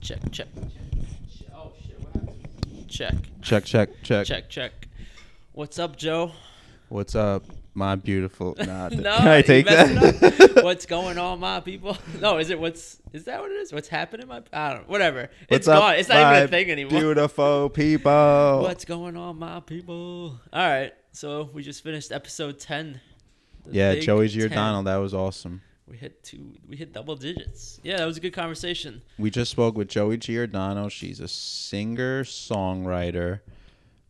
check, check. Oh shit, what happened? Check, Check, check, check. check, check. What's up, Joe? What's up, my beautiful? Nah, th- No, can Uh, I you take messed that? it up. what's going on, my people? No, is it what's is that what it is? What's happening, my? I don't. Whatever. What's it's up, gone. It's not even my a thing anymore. Beautiful people. What's going on, my people? All right, so we just finished episode ten. The yeah, big Joey's your 10. Donald. That was awesome. We hit two. We hit double digits. Yeah, that was a good conversation. We just spoke with Joey Giordano. She's a singer, songwriter,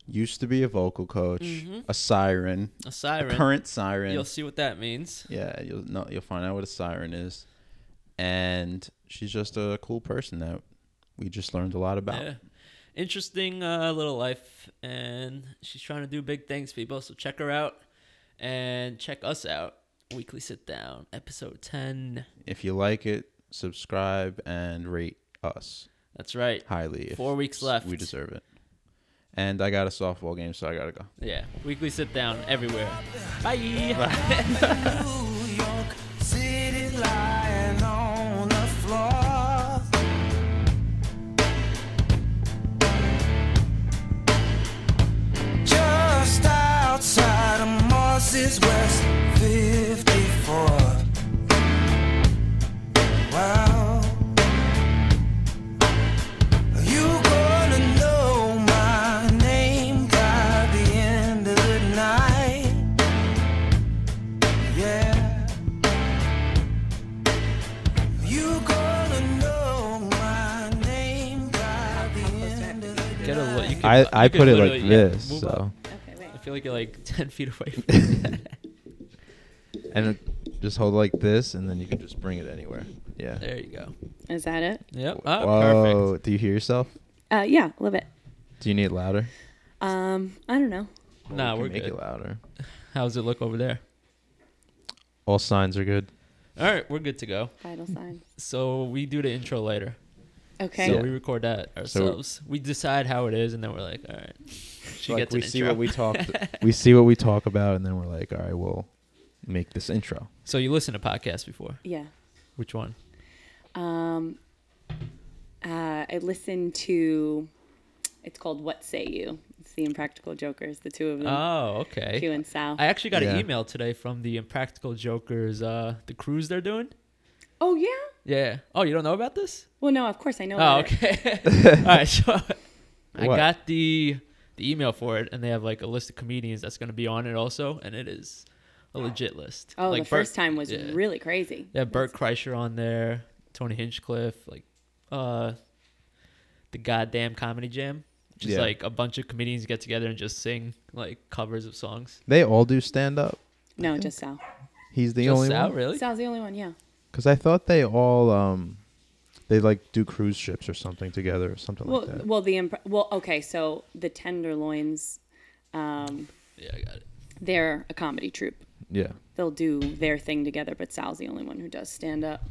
used to be a vocal coach, a siren, A a siren. current siren. Mm-hmm. You'll see what that means. yeah, you'll know, you'll find out what a siren is, and she's just a cool person that we just learned a lot about. Yeah. Interesting uh, little life, and she's trying to do big things, people. So check her out and check us out. Weekly Sit Down, episode 10. If you like it, subscribe and rate us That's right. highly. if Four weeks left. We deserve it. And I got a softball game, so I gotta go. Yeah. Weekly Sit Down everywhere. Bye. New York City lying on the floor. Just outside of Morse's West 54. Wow. You gonna know my name by the end of the night. Yeah, you gonna know my name by the end of the Get a look. You can, I, I you can put it like literally- yeah, this, move so up. Okay, wait. I feel like you're like 10 feet away from that. and it- just hold it like this, and then you can just bring it anywhere. Yeah. There you go. Is that it? Yep. Ah, Whoa! perfect. Do you hear yourself? Uh, yeah, a little bit. Do you need it louder? Um, I don't know. Well, Nah, we we're can make good. it louder. How does it look over there? All signs are good. All right, we're good to go. Vital signs. So we do the intro later. Okay. So Yeah. we record that ourselves. we decide how it is, and then we're like, all right. She like gets we an see intro. what we talked. we see what we talk about, and then we're like, all right, we'll make this intro. So you listen to podcasts before? Yeah. Which one? Um, uh, I listened to. It's called What Say You. It's the Impractical Jokers, the two of them, Oh, okay. Mm. Q and Sal. I actually got an Yeah. email today from the Impractical Jokers, uh, the cruise they're doing. oh yeah. Yeah. Oh, you don't know about this? Well, no, of course I know. Oh, about it. okay. All right. So I What? got the the email for it, and they have like a list of comedians that's going to be on it also, and it is a legit list. Oh, like the first time was yeah. really crazy. They have Bert Kreischer on there, Tony Hinchcliffe, like uh, the goddamn comedy jam. Which is Yeah. like a bunch of comedians get together and just sing like covers of songs. They all do stand up. No, just Sal. He's the Just only Sal, one. really? Sal's the only one. Yeah. Because I thought they all um, they like do cruise ships or something together or something Well, like that. well, the impre- well, okay. So the Tenderloins, um, Yeah, I got it. they're a comedy troupe. yeah. they'll do their thing together, but Sal's the only one who does stand up.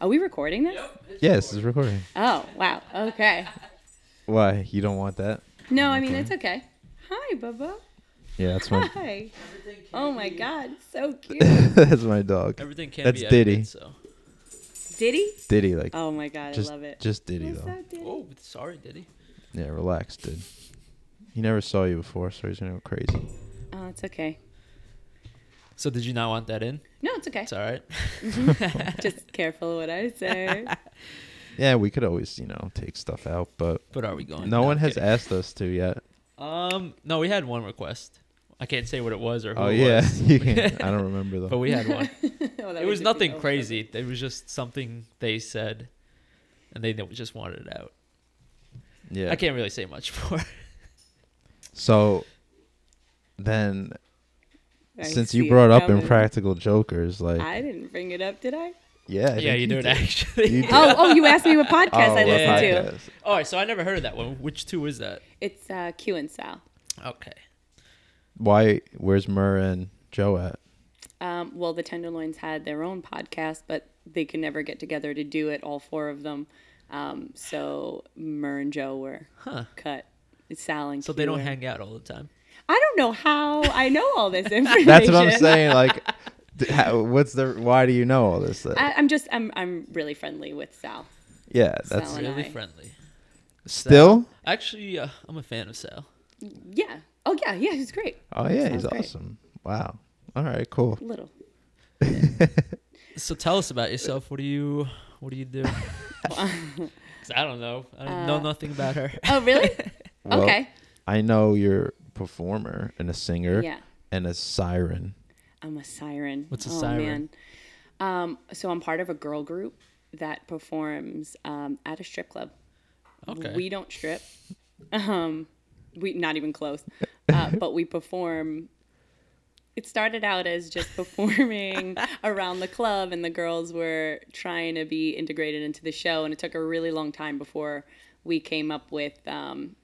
Are we recording this? Yes, it's recording. Oh, wow. Okay. Why you don't want that? No, I mean, it's okay. Hi, Bubba. Yeah, that's my Hi. Oh my God, so cute. that's my dog. Everything can That's be Diddy. edited, so. Diddy? Diddy like Oh my God, just I love it. just Diddy What's though. up, Diddy? Oh, sorry, Diddy. Yeah, relax, dude. He never saw you before, so he's gonna go crazy. Oh, it's okay. So did you not want that in? No, it's okay. It's all right. Just careful what I say. Oh, Yeah, we could always you know take stuff out, but But are we going? no one I'm has kidding. asked us to yet. Um, no, we had one request. I can't say what it was or who Oh it yeah, was, you can. I don't remember but though. we had one. Well, it that would was just be nothing Bubba. crazy. It was just something they said, and they kn- just wanted it out. Yeah. I can't really say much more. So then, I since see you it brought up coming. impractical jokers, like I didn't bring it up, did I? yeah, yeah, I think you do it actually. You did. Oh, Oh, oh, you asked me what podcast I what listen yeah. to. podcast? All right, so I never heard of that one. Which two is that? It's uh, Q and Sal. Okay. Why? Where's Murr and Joe at? Um, well, the Tenderloins had their own podcast, but they could never get together to do it, all four of them. Um, so Mur and Joe were Huh. cut. Sal and So they don't Keeler. hang out all the time. I don't know how I know all this information. That's what I'm saying. Like, d- how, what's the? Why do you know all this? Stuff? I, am just I'm I'm really friendly with Sal. Yeah, that's Sal and Really I. friendly. still. Actually, uh, I'm a fan of Sal. Yeah. Oh yeah, yeah, he's great. Oh yeah, he's Sounds great. awesome. Wow. All right, cool. Little. So tell us about yourself. What do you What do you do? 'Cause I don't know. I don't Uh, know nothing about her. Oh really? Well, okay. I know you're a performer and a singer Yeah. and a siren. I'm a siren. What's a oh, siren? Man. Um, so I'm part of a girl group that performs um, at a strip club. Okay. We don't strip. Um, we not even close. Uh, but we perform. It started out as just performing around the club, and the girls were trying to be integrated into the show. And it took a really long time before we came up with um,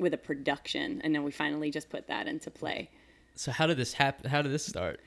with a production, and then we finally just put that into play. so how did this happen? How did this start?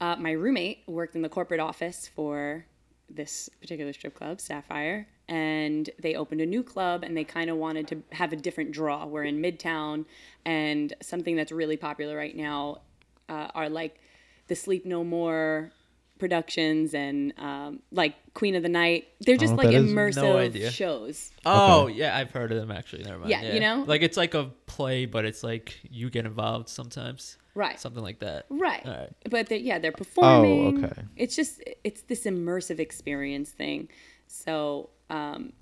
Uh, my roommate worked in the corporate office for this particular strip club, Sapphire, and they opened a new club and they kind of wanted to have a different draw. We're in Midtown, and something that's really popular right now uh, are like the Sleep No More productions and um, like Queen of the Night. They're just know like what that is. immersive No idea. shows. Oh yeah, I've heard of them actually. Never mind. Yeah, you know? like it's like a play, but it's like you get involved sometimes. Right. Something like that. Right. All right. Oh, But they're, yeah, they're performing. okay. It's just it's this immersive experience thing. So um,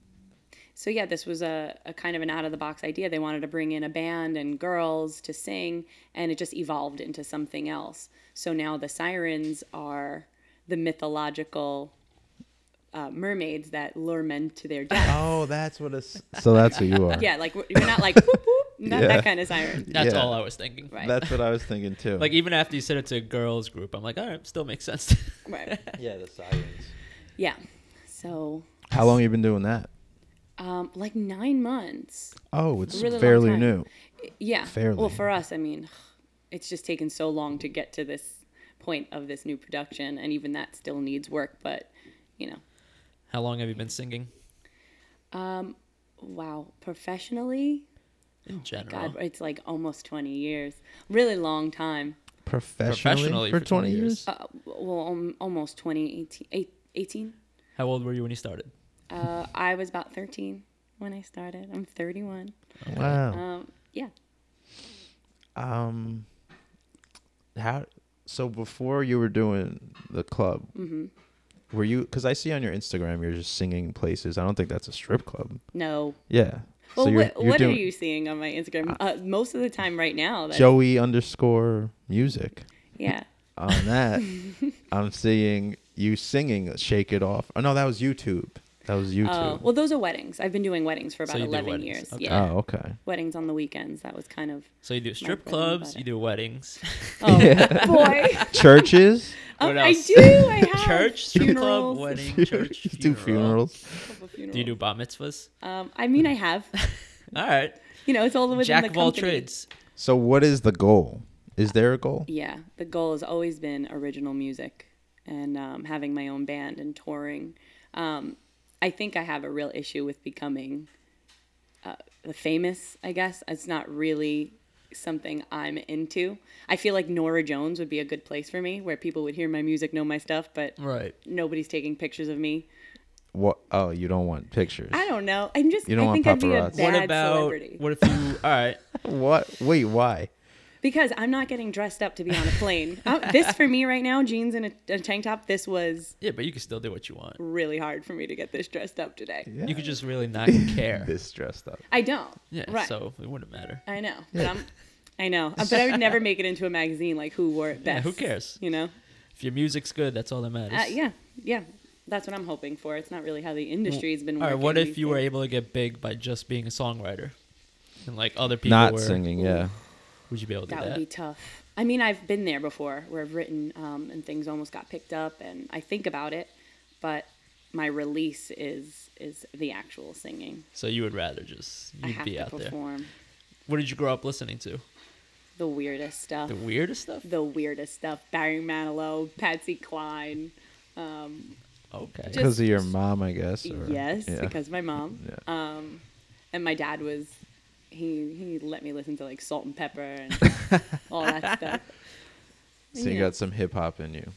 so yeah, this was a, a kind of an out of the box idea. They wanted to bring in a band and girls to sing, and it just evolved into something else. So now the sirens are the mythological uh, mermaids that lure men to their death. Oh, that's what it's. So that's who you are. Yeah, like we're, we're not like whoop whoop, not Yeah. that kind of siren. That's Yeah. all I was thinking. Right. That's what I was thinking too. Like even after you said it's a girls group, I'm like, all right, still makes sense. Right. yeah, the sirens. Yeah. So How long you been doing that? um, like nine months. Oh, it's Really long fairly time. new. Yeah. fairly. Well, for us, I mean, it's just taken so long to get to this point of this new production, and even that still needs work. But you know, How long have you been singing wow, professionally, in general? Oh God, it's like almost twenty years, really long time. Professionally Professionally, for 20 years. Uh, well, um, almost 20, 18, eight- 18. How old were you when you started? Uh, I was about thirteen when I started. I'm thirty-one. Wow. Um, yeah. Um, how? So before you were doing the club, Mm-hmm. were you? Because I see on your Instagram you're just singing places. I don't think that's a strip club. No. Yeah. Well, you're, what, what are you seeing on my Instagram? Uh, most of the time, right now. That's, Joey underscore music. Yeah. On that, I'm seeing you singing "Shake It Off." Oh no, that was YouTube. That was Oh, YouTube. well, those are weddings. I've been doing weddings for about you do 11 weddings. years. Okay. Yeah. oh okay. Weddings on the weekends. That was kind of. So you do strip bread and clubs, butter. you do weddings. Oh, boy. Churches. Oh, What I else? do. I have. church, strip club, funerals. wedding, church, You do funerals. couple funerals. Do you do bat mitzvahs? Um, I mean, I have. All right. You know, it's all within Jack the of all company. trades. So what is the goal? Is there a goal? Yeah. The goal has always been original music and um, having my own band and touring. Um, I think I have a real issue with becoming uh, famous, I guess. It's not really something I'm into. I feel like Nora Jones would be a good place for me where people would hear my music, know my stuff, but Right. nobody's taking pictures of me. What? Oh, you don't want pictures. I don't know. I'm just. You don't I want think I'd be a paparazzi. bad what about celebrity what if you all right. What? Wait, why? because I'm not getting dressed up to be on a plane. Uh, this for me right now, jeans and a, a tank top. This was Yeah, but you can still do what you want. really hard for me to get this dressed up today. You could just really not care. this dressed up. I don't. Yeah, right. so it wouldn't matter. I know, but I'm. I know, Uh, but I would never make it into a magazine like who wore it best. who cares? You know. If your music's good, that's all that matters. Uh, yeah, yeah. That's what I'm hoping for. It's not really how the industry's been. All right, working what if these you were days. able to get big by just being a songwriter? And like other people Not were, singing. Yeah. Would you be able to do That that? would be tough. I mean, I've been there before where I've written um, and things almost got picked up, and I think about it, but my release is is the actual singing. so you would rather just I you'd have be to out there. perform What did you grow up listening to? the weirdest stuff. The weirdest stuff? The weirdest stuff. Barry Manilow, Patsy Cline. Okay. Just- Because of your mom, I guess. or- yes, yeah. because my mom um, Yeah. and my dad was. He he let me listen to like Salt and Pepper and all that stuff. so you yeah. got some hip hop in you.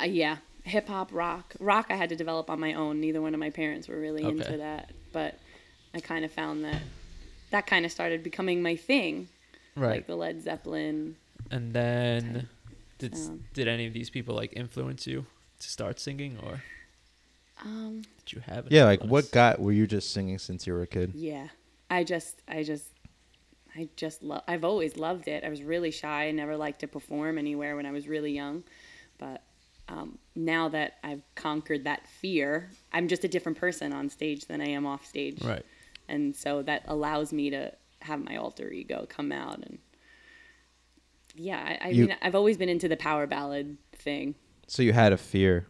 Uh, yeah, hip hop, rock, rock. I had to develop on my own. Neither one of my parents were really Okay. into that. but I kind of found that that kind of started becoming my thing, Right. like the Led Zeppelin. and then did Um, did any of these people like influence you to start singing or Um, did you have an Yeah, like what influence? got were you just singing since you were a kid? Yeah. I just I just I just love I've always loved it. I was really shy. I never liked to perform anywhere when I was really young. But um, now that I've conquered that fear, I'm just a different person on stage than I am off stage. Right. And so that allows me to have my alter ego come out and yeah, I, I You- mean I've always been into the power ballad thing. So you had a fear.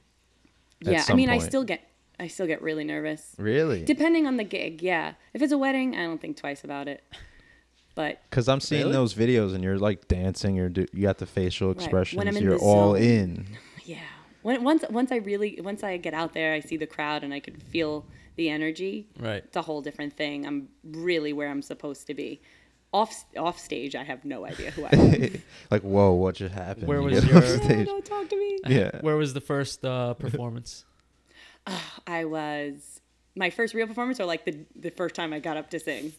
at yeah. I some mean I point. still get I still get really nervous. really Depending on the gig, yeah. If it's a wedding, I don't think twice about it. But because I'm seeing Really? those videos and you're like dancing. You're do, you got the facial When expressions. I'm in you're the all zone. in. yeah, when, once once I really once I get out there, I see the crowd and I can feel the energy. Right. It's a whole different thing. I'm really where I'm supposed to be. Off off stage, I have no idea who I am. like whoa, what just happened? Where You was get your- off stage. don't talk to me. Yeah. Where was the first uh, performance? I was my first real performance, or like the the first time I got up to sing.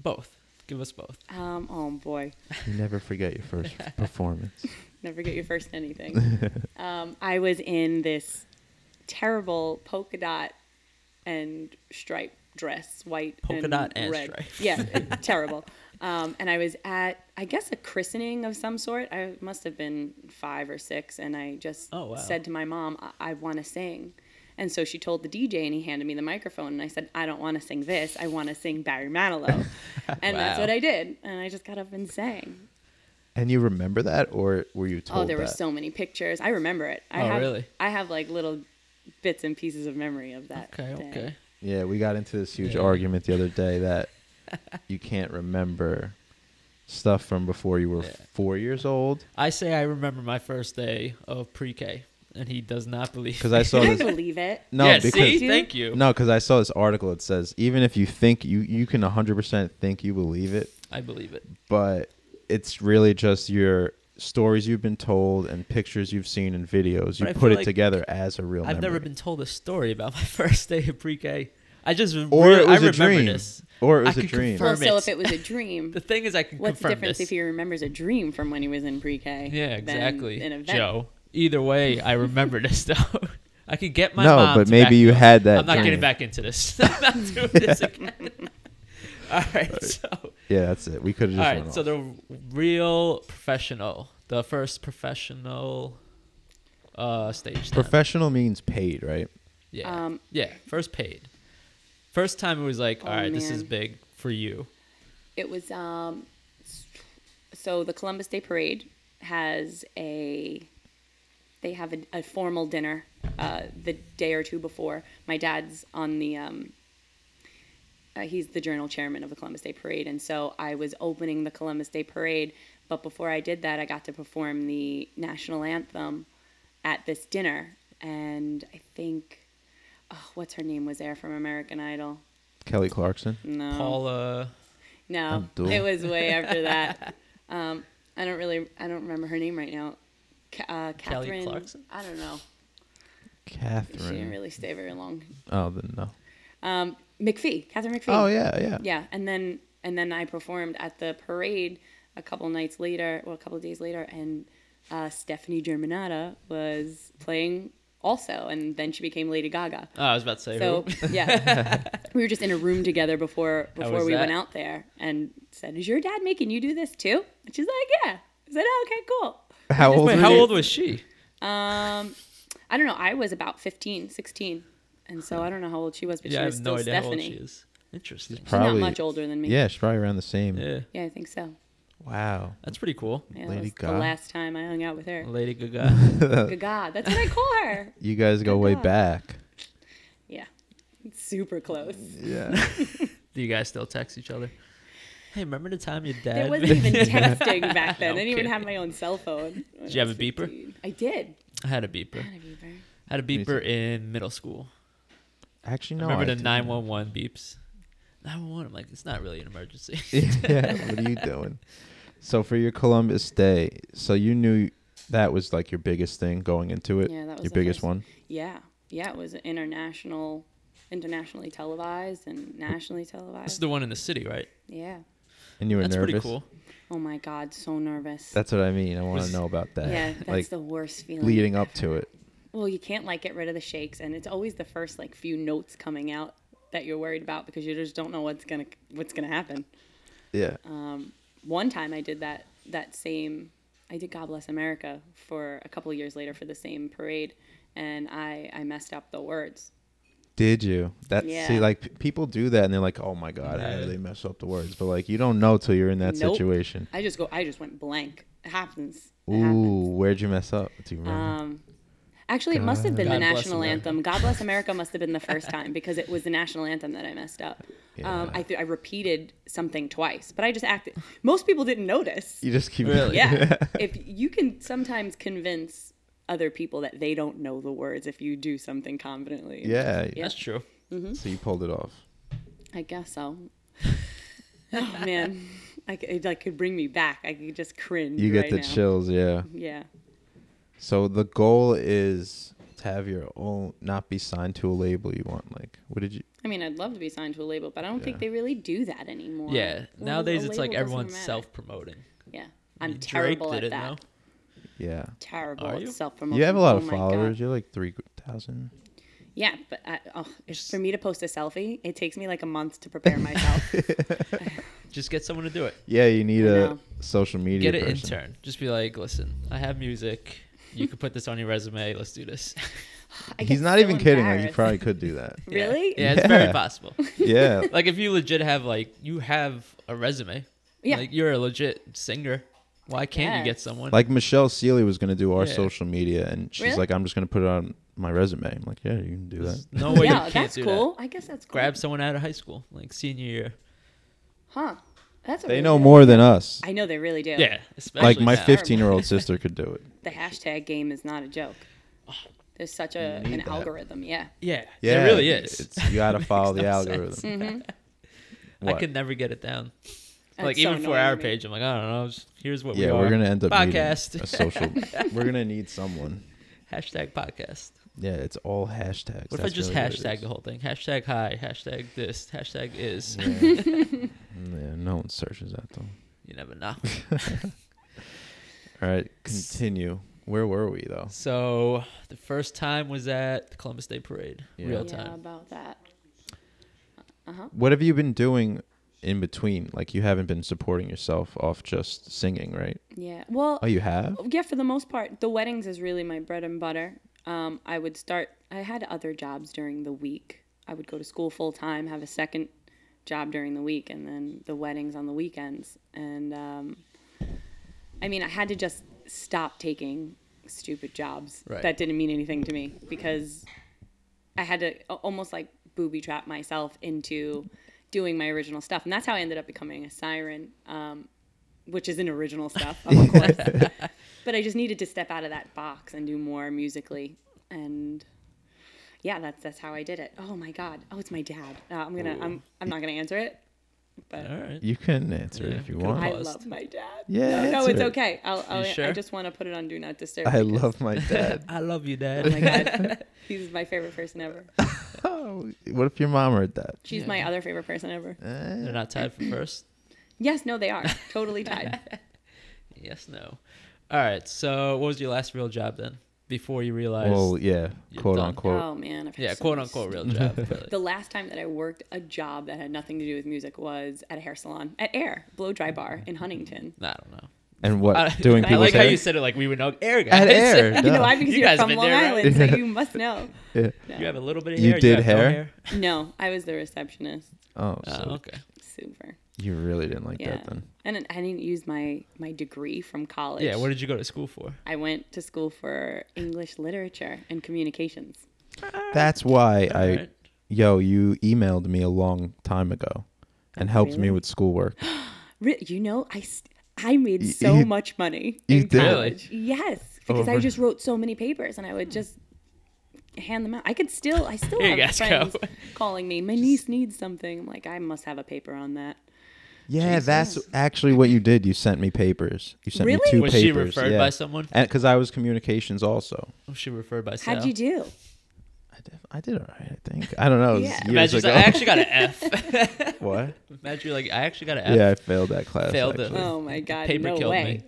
both. Give us both. Um, oh boy. You never forget your first performance. Never get your first anything. um, I was in this terrible polka dot and stripe dress, white Polka and dot and red. stripe. Yeah, it- terrible. Um, and I was at, I guess, a christening of some sort. I must have been five or six, and I just Oh, wow. said to my mom, "I, I want to sing." And so she told the DJ, and he handed me the microphone, and I said, "I don't want to sing this. I want to sing Barry Manilow." and that's Wow. what I did. And I just got up and sang. And you remember that, or were you told? Oh, there were that? so many pictures. I remember it. I Oh, have, really? I have like little bits and pieces of memory of that. Okay, day. okay. Yeah, we got into this huge Yeah. argument the other day that you can't remember stuff from before you were Yeah. four years old. I say I remember my first day of pre-K, and he does not believe. Because I saw I this. believe it. No, yeah, because see, Do you? thank you. no, because I saw this article. It says even if you think you you can 100% think you believe it, I believe it. but it's really just your stories you've been told and pictures you've seen and videos. You But I put feel it like together as a real. I've never memory. been told a story about my first day of pre-K. I just Or re- it was I remember a dream. this. Or it was I a could dream. confirm Well, it. so if it was a dream, the thing is, I can what's the confirm difference this. if he remembers a dream from when he was in pre-K? yeah, than exactly, An event. Joe. Either way, I remember this though. I could get my No, mom but to maybe back you me up. had that I'm not dream. getting back into this. I'm not doing this again. All right, so Yeah, that's it. We could have All just. right, went so off. the real professional, the first professional uh, stage. time. professional means paid, right? yeah, Um, yeah, first paid. First time it was like, all Oh, right, this is man. big for you. It was um, so the Columbus Day Parade has a they have a, a formal dinner uh, the day or two before. My dad's on the um, uh, he's the journal chairman of the Columbus Day Parade, and so I was opening the Columbus Day Parade. But before I did that, I got to perform the national anthem at this dinner, and I think oh, what's her name was there from American Idol. Kelly Clarkson. No, Paula, no, Abdul. it was way after that. Um, I don't really, I don't remember her name right now. Ca- uh, Kelly Catherine, Clarkson? I don't know. She didn't Catherine. really stay very long. Oh, then no. Um, McPhee, Catherine McPhee. Oh yeah, yeah. Yeah, and then and then I performed at the parade a couple nights later, well, a couple of days later, and uh, Stephanie Germanata was playing also, and then she became Lady Gaga. oh, I was about to say So who? yeah, we were just in a room together before How before was we went that? out there, and said, "Is your dad making you do this too?" And she's like, "Yeah." I said, "Oh, "Okay, cool." How old? Wait, were how you? old was she? Um, I don't know. I was about 15, 16. and so I don't know how old she was, but Yeah, I she was have no still idea how old Stephanie. she is. Interesting. She's Probably- not much older than me. Yeah, she's probably around the same. Yeah, Yeah, I think so. Wow. that's pretty cool. Yeah, that Lady was Gaga. the last time I hung out with her. Lady Gaga. Gaga. That's what I call her. You guys go way God. back. Yeah. Super close. Yeah. Do you guys still text each other? Hey, remember the time your dad? There wasn't made- even texting back then. I No didn't even kidding. have my own cell phone. Did you have a beeper? I did. I had a beeper. I had a beeper. I had a Me beeper too. in middle school. Actually, no. remember I the didn't. nine one one beeps. Nine one one. I'm like, it's not really an emergency. yeah. What are you doing? So for your Columbus Day, so you knew that was like your biggest thing going into it. Yeah, that was your the biggest first- one. Yeah. Yeah, it was an international internationally televised and nationally televised. This is the one in the city, right? yeah. And you were That's nervous. pretty cool. Oh my God, so nervous. That's what I mean. I want to know about that. yeah, that's uh, like the worst feeling. leading up to it. Well, you can't like get rid of the shakes, and it's always the first like few notes coming out that you're worried about because you just don't know what's gonna what's gonna happen. Yeah. Um, one time I did that that same I did God Bless America for a couple years later for the same parade and I I messed up the words. Did you? That see, Yeah. like p- people do that, and they're like, "Oh my god, how Yeah. did they mess up the words?" But like, you don't know till you're in that Nope. situation. I just go I just went blank. It happens. Um, It happens. Ooh, where'd you mess up? Do you remember? Actually, it must have been the God bless national America. anthem. God Bless America must have been the first time because it was the national anthem that I messed up. Um, I, th- I repeated something twice, but I just acted. Most people didn't notice. you just keep. Really? Yeah. if you can sometimes convince other people that they don't know the words if you do something confidently. Yeah. Yeah. That's true. Mm-hmm. So you pulled it off. I guess so. oh man, I c it like could bring me back. I could just cringe. You get right the now. Mm-hmm. chills. Yeah. Yeah, So the goal is to have your own, not be signed to a label you want. Like, what did you? I mean, I'd love to be signed to a label, but I don't think Yeah. they really do that anymore. Yeah. Well, Nowadays, a it's like label doesn't everyone's matter. self promoting. Yeah, I'm terrible at that. Yeah. Terrible Are you? at self promotion. You have a lot of followers. You're like three thousand. Yeah, but I, oh, it's, for me to post a selfie, it takes me like a month to prepare myself. Just get someone to do it. Yeah, you need I a know. social media. Get an person. intern. Just be like, listen, I have music. You could put this on your resume. Let's do this. I get He's not so even kidding. Like, you embarrassed. probably could do that. Yeah. Really? Yeah, it's very Yeah. possible. yeah. Like if you legit have like you have a resume. Yeah. Like you're a legit singer. Why can't you get guess. someone? Like Michelle Seely was gonna do our Yeah. social media, and she's Really? like, "I'm just gonna put it on my resume." I'm like, "Yeah, you can do that." There's no way yeah, you can't that's do cool. that. I guess that's cool. Grab someone out of high school, like senior year. Huh? That's a They really know good- more than us. I know they really do. Yeah, especially Like my now. 15 year old sister could do it. the hashtag game is not a joke. There's such a need an that. algorithm, yeah. Yeah, Yeah, it really is. It's, you gotta follow the no algorithm. I What? could never get it down. Mm-hmm. That's like so even for our annoying to me. page, I'm like, I don't know. just- here's what yeah, we are. we're gonna end up needing podcast a social. we're gonna need someone. hashtag podcast. Yeah, it's all hashtags. What if I That's just really what it hashtag is. the whole thing? Hashtag hi. Hashtag this. Hashtag is. Yeah, no one searches that though. you never know. All right, continue. Where were we though? So the first time was at the Columbus Day Parade. Yeah. Real Yeah, time. about that. What have you been doing in between? Like you haven't been supporting yourself off just singing, right? Yeah. Well, Oh, you have. yeah, for the most part, the weddings is really my bread and butter. Um, I would start. I had other jobs during the week. I would go to school full time, have a second job during the week, and then the weddings on the weekends. And um, I mean, I had to just stop taking stupid jobs Right. that didn't mean anything to me because I had to a- almost like booby trap myself into doing my original stuff, and that's how I ended up becoming a siren, um, which isn't original stuff, of course. but I just needed to step out of that box and do more musically, and yeah, that's that's how I did it. Oh my God! Oh, it's my dad. Uh, I'm gonna. I'm. I'm not gonna answer it. All right. You can answer it Yeah, if you we could want. I pause. love my dad. Yeah, No, no answer it's it. okay. I'll, I'll, You sure? I just want to put it on Do Not Disturb. I because- love my dad. I love you, Oh Dad. my God. He's my favorite person ever. Oh, what if your mom heard that? She's my other favorite person ever. They're not tied for first. Yes, no, they are. Totally tied. Yes, no. All right. So what was your last real job then? Before you realized, Well, yeah, You're quote done. unquote. oh, man. I've had yeah, so quote much- unquote real job. really. The last time that I worked a job that had nothing to do with music was at a hair salon at Air, Blow Dry Bar in Huntington. I don't know. and what I- doing I people's like how hair? you said it like we would know air guys. At air, You duh. know why? Because You you are guys from been Long there, right? Island, so you must know. Yeah. You have a little bit of You hair. did have no hair? No, I was the receptionist. Oh, so Oh, okay. Super. you really didn't like Yeah. that then? And then I didn't use my, my degree from college. Yeah, what did you go to school for? I went to school for English literature and communications. That's why I, Alright. yo, you emailed me a long time ago, and helped me really? with schoolwork. Re- You know, I st- I made Y- so you- much money you in did? Oh, college. Yes, because I Over- just wrote so many papers, and I would just hand them out. I could still, I still Here you have guys go. friends calling me. My niece needs something. I'm like, I must have a paper on that. Yeah, that's actually what you did. You sent me papers. You sent me Really? two Was she papers. referred yeah. by someone? Because I was communications also. Oh, she referred by Sal. How'd you do? I def- I did all right, I think. I don't know. It was Yeah. years Madge's ago. like, I actually got an F. what? Madge, you're like, I actually got an F. Yeah, I failed that class. Failed it. actually. Oh my god, Paper no killed way. me.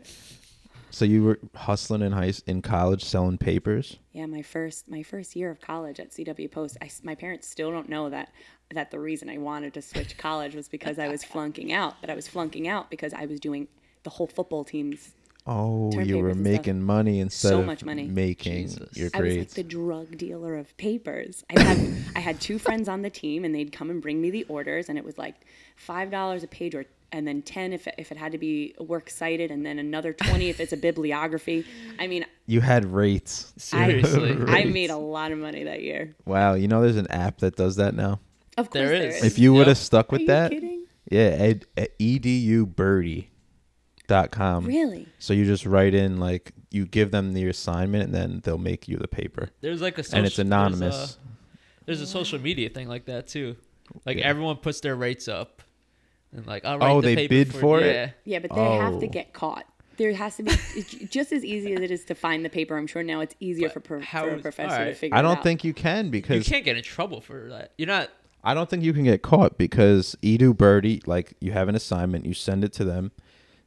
So you were hustling in high s- in college selling papers? Yeah, my first my first year of college at CW Post, I s my parents still don't know that that the reason I wanted to switch college was because I was flunking out. That I was flunking out because I was doing the whole football teams. Oh, Term you were papers and stuff. making money instead So of much money. making Jesus. your I was like grades. the drug dealer of papers. I had I had two friends on the team, and they'd come and bring me the orders, and it was like five dollars a page, or and then ten if if it had to be work cited, and then another twenty if it's a bibliography. I mean, you had rates. Seriously. I made a lot of money that year. Wow, you know there's an app that does that now. Of course, There there is. is. If you would Yep. have stuck with Are you that, kidding? yeah, e, ed, at edubirdie.com. Really? So you just write in like you give them the assignment and then they'll make you the paper, There's like a social, and it's there's a- anonymous. There's a, social media thing like that too. Like everyone puts their rates up, and like I'll write Oh, the they paper bid for it? Yeah. Yeah, but they have to Oh. get caught. There has to be it's just as easy as it is to find the paper. I'm sure now it's easier for, pro- how for a is- professor to alright. figure. I it don't out. think you can You because can't get in trouble for that. You're not. I don't think you can get caught because Edu Birdie, like you have an assignment, you send it to them.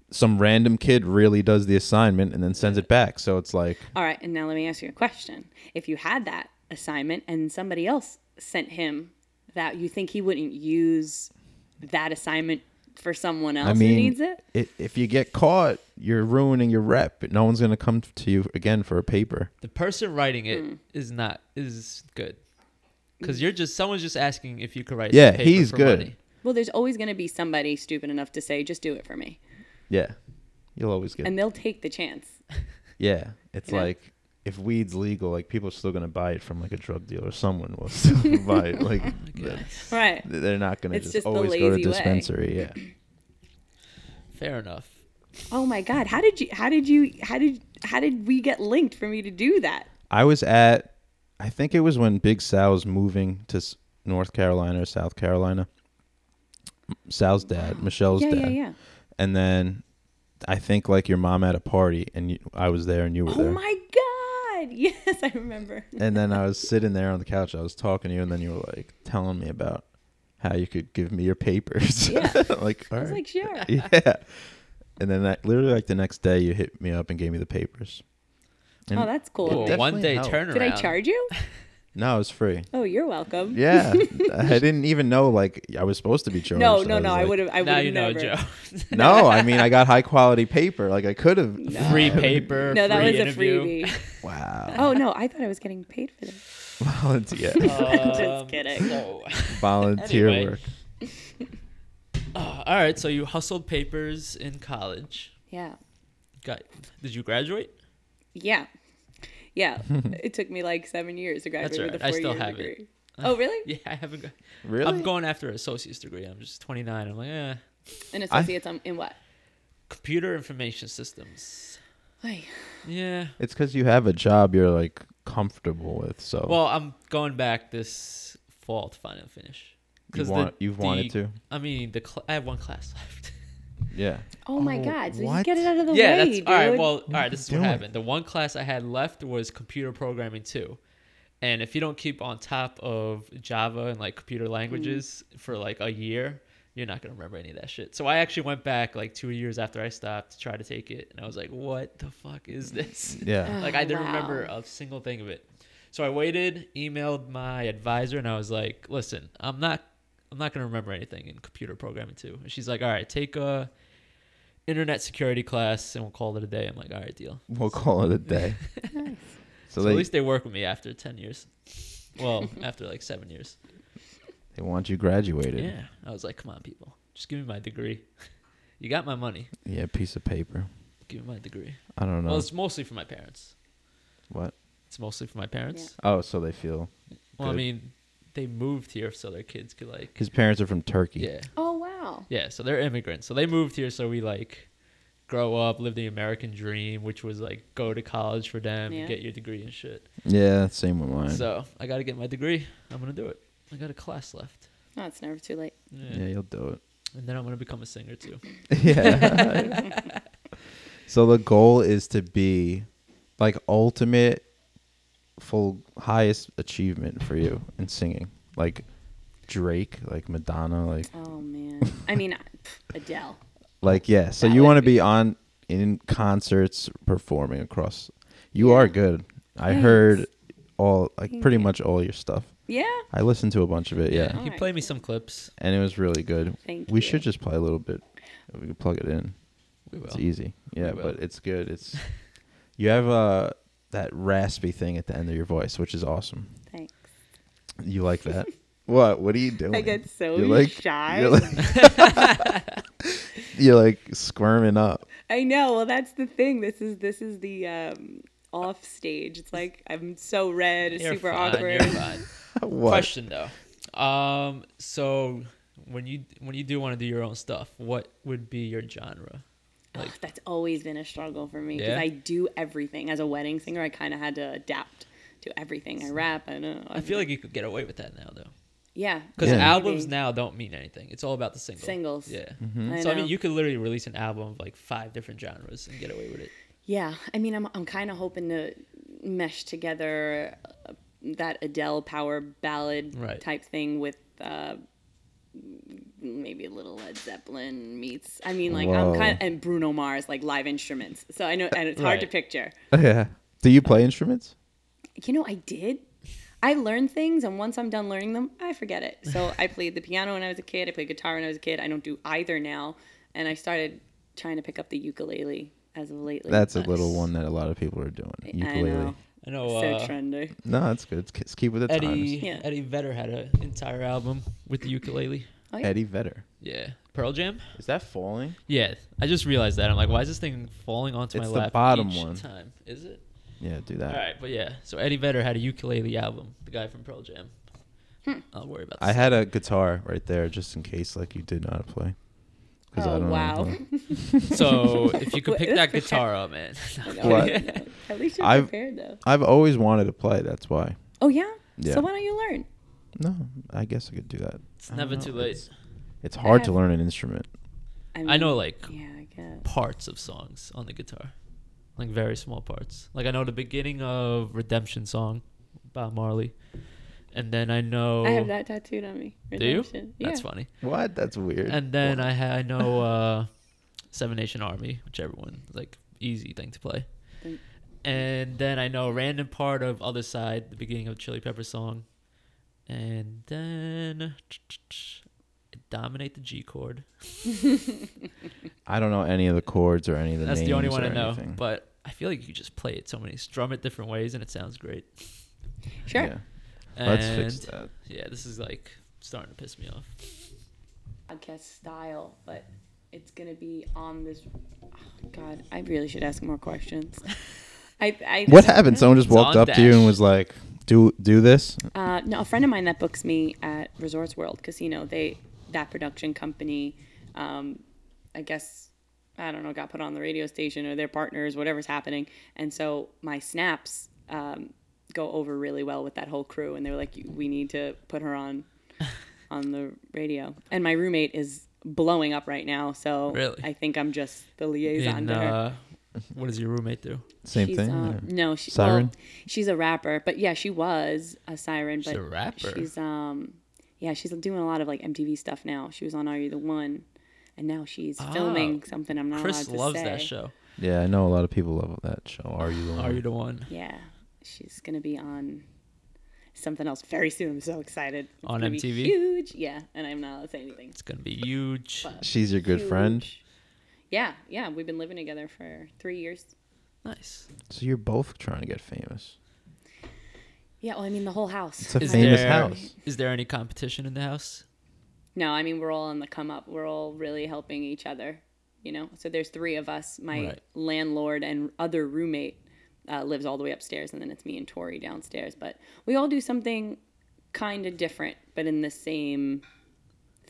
Some random kid really does the assignment and then sends it back. So it's like All right, and now let me ask you a question. If you had that assignment and somebody else sent him that, you think he wouldn't use that assignment for someone else I mean, who needs it? i- if you get caught, you're ruining your rep. No one's gonna come to you again for a paper. The person writing it is Hmm. not is good, because you're just someone's just asking if you could write. Yeah, the paper he's for good. money. Well, there's always going to be somebody stupid enough to say, "Just do it for me," Yeah, you'll always get. and they'll take the chance. yeah, it's know? like if weed's legal, like people are still gonna buy it from like a drug dealer. Someone will still buy it. Like th- Right? they're not gonna Oh It's just, just the always go to lazy way. dispensary. Yeah, Fair enough. Oh my God! How did you? How did you? How did? How did we get linked for me to do that? I was at. I think it was when Big Sal was moving to S- North Carolina or South Carolina. Sal's dad, Michelle's Yeah, dad. yeah, yeah. and then I think like your mom had a party and you, I was there and you were Oh there. my god! Yes, I remember. and then I was sitting there on the couch. I was talking to you, and then you were like telling me about how you could give me your papers. Yeah. like, all I was right. like, sure. yeah. And then that, literally, like the next day, you hit me up and gave me the papers. And- Oh, that's cool. Well, definitely one day helped. turnaround. Did I charge you? No, it was free. Oh, you're welcome. Yeah, I didn't even know like I was supposed to be charged. No, no, was no. I like, would have. I would Now have you know, never. Joe. No, I mean I got high quality paper. Like I could have. Free paper. No, that free was interview. a freebie. Wow. Oh no, I thought I was getting paid for this. Volunteer, Um, Just kidding. So, volunteer Anyway. work. Uh, all right. So you hustled papers in college. Yeah, Got. Did you graduate? yeah, yeah. it took me like seven years to graduate right. with a I four still year have degree. it. Oh really? Yeah, I haven't. Got, Really? I'm going after an associate's degree. I'm just 29. I'm like, eh. An associate's on, in what? Computer information systems. Ay, Yeah. It's because you have a job you're like comfortable with. So Well, I'm going back this fall to finally finish. you 'Cause the- want, you've wanted the- to. I mean, the cl- I have one class left. Yeah. Oh my God! So what? just get it out of the yeah, way, that's dude. all right. Well, all right. you This is doing? what happened. The one class I had left was computer programming too, and if you don't keep on top of Java and like computer languages for like a year, you're not gonna remember any of that shit. So I actually went back like two years after I stopped to try to take it, and I was like, "What the fuck is this?" Yeah. like I didn't Wow. remember a single thing of it. So I waited, emailed my advisor, and I was like, "Listen, I'm not, I'm not gonna remember anything in computer programming too." And she's like, "All right, take a internet security class, and we'll call it a day." I'm like, "All right, deal." We'll call it a day. So, So they, at least they work with me after ten years. Well, after like seven years. they want you graduated. Yeah, I was like, "Come on, people, just give me my degree. You got my money. Yeah, piece of paper. Give me my degree." I don't know. Well, it's mostly for my parents. what? It's mostly for my parents. Oh, so they feel. Well, I Good. mean, they moved here so their kids could like, His parents are from Turkey. yeah. Oh wow. Yeah, so they're immigrants. So they moved here so we like grow up, live the American dream, which was like go to college for them, Yeah. and get your degree and shit. Yeah, same with mine. So I gotta get my degree. I'm gonna do it. I got a class left. No, it's never too late. Yeah. yeah, you'll do And then I'm gonna become a singer too. it. yeah. so the goal is to be like ultimate full highest achievement for you in singing? Like Drake, like Madonna, like Oh man. I mean, pff, Adele. like yeah. So That you would want to be be- on in concerts performing across. You Yeah. are good. I heard all like pretty much all your stuff. Yeah. I listened to a bunch of it, yeah. He Alright, played me some clips. And it was really good. Thank we you. should just play a little bit. We can plug it in. We will. It's easy. Yeah, will. but it's good. It's you have uh that raspy thing at the end of your voice, which is awesome. Thanks. You like that? what? What are you doing? I get so You're like- shy. You're like, you're like squirming up. I know. Well, that's the thing. This is this is the um off stage. It's like I'm so red, it's You're super fine, you're awkward. fine. What? Question though. Um, so when you when you do want to do your own stuff, what would be your genre? Ugh, that's always been a struggle for me because Yeah? I do everything. As a wedding singer, I kind of had to adapt to everything. I rap. I know. I feel like you could get away with that now though, yeah. because Yeah. albums now don't mean anything. It's all about the single. Singles. Yeah. I So I mean, know. you could literally release an album of like five different genres and get away with it. Yeah, I mean, I'm I'm kind of hoping to mesh together uh, that Adele power ballad Right. type thing with uh, maybe a little Led Zeppelin meets. I mean, like I'm Whoa. kind of and Bruno Mars like live instruments. So I know, and it's hard to Right. picture. Oh, Yeah. Do you play instruments? You know, I did. I learn things, and once I'm done learning them, I forget it. So I played the piano when I was a kid. I played guitar when I was a kid. I don't do either now, and I started trying to pick up the ukulele as of lately. That's Nice. a little one that a lot of people are doing. Ukulele. I know. I know. So uh, trendy. No, that's good. Let's keep with the Eddie times. Yeah. Eddie Vedder had an entire album with the ukulele. Oh, yeah. Eddie Vedder. Yeah, Pearl Jam. Is that falling? Yeah, I just realized that. I'm like, why is this thing falling onto It's my the lap bottom each one. time? Is it? Yeah, do that. All right, but yeah. So Eddie Vedder had a ukulele album. The guy from Pearl Jam. Hmm. I'll worry about. This I had a guitar right there just in case like you did know how to play. 'Cause I Oh don't know how to wow! play. So if you could pick It's that for- Oh guitar up, man. What? At least you're I've- prepared, though. I've always wanted to play. That's why. Oh yeah? Yeah. So why don't you learn? No, I guess I could do that. It's I don't never know. too late. It's, it's hard to have- learn an instrument. I know mean, like Yeah, I guess. parts of songs on the guitar, like very small parts. Like I know the beginning of Redemption song, by Marley, and then I know. I have that tattooed on me. Oh. Do you? Redemption. That's yeah. funny. What? That's weird. And then I ha- I know uh, Seven Nation Army, which everyone like easy thing to play. Thank- And then I know a random part of Other Side, the beginning of Chili Pepper song, and then dominate the G chord. I don't know any of the chords or any of the That's names. the only one or I know. anything. But I feel like you could just play it so many, strum it different ways, and it sounds great. Sure. Yeah. Let's and fix that. yeah, this is like starting to piss me off. Podcast style, but it's gonna be on this. Oh, God, I really should ask more questions. I, I What happened? Someone just It's walked on up to you and Dash. was like, "Do do this." Uh, no, a friend of mine that books me at Resorts World Casino. They that production company, um, I guess I don't know, got put on the radio station or their partners, whatever's happening. And so my snaps um, go over really well with that whole crew, and they were like, "We need to put her on on the radio." And my roommate is blowing up right now, so Really? I think I'm just the liaison And to her. uh, what does your roommate do? Same She's, thing. um, or- no, she, Siren? Well, she's a rapper, but yeah, she was a siren. But a rapper? She's um, yeah, she's doing a lot of like MTV stuff now. She was on Are You the One, and now she's filming Oh, something. I'm not Chris allowed to loves say. that show. yeah, I know a lot of people love that show. Are you? The Are One? you the one? Yeah, she's gonna be on something else very soon. I'm so excited. It's On gonna be MTV? huge. Yeah, and I'm not allowed to say anything. It's gonna be huge. She's your good friend. Huge. Yeah, yeah, we've been living together for three years. Nice. So you're both trying to get famous. Yeah, well, I mean the whole house. It's a famous there, house. Is there any competition in the house? No, I mean we're all on the come up. We're all really helping each other, you know. So there's three of us. My Right. landlord and other roommate uh, lives all the way upstairs, and then it's me and Tori downstairs. But we all do something kind of different, but in the same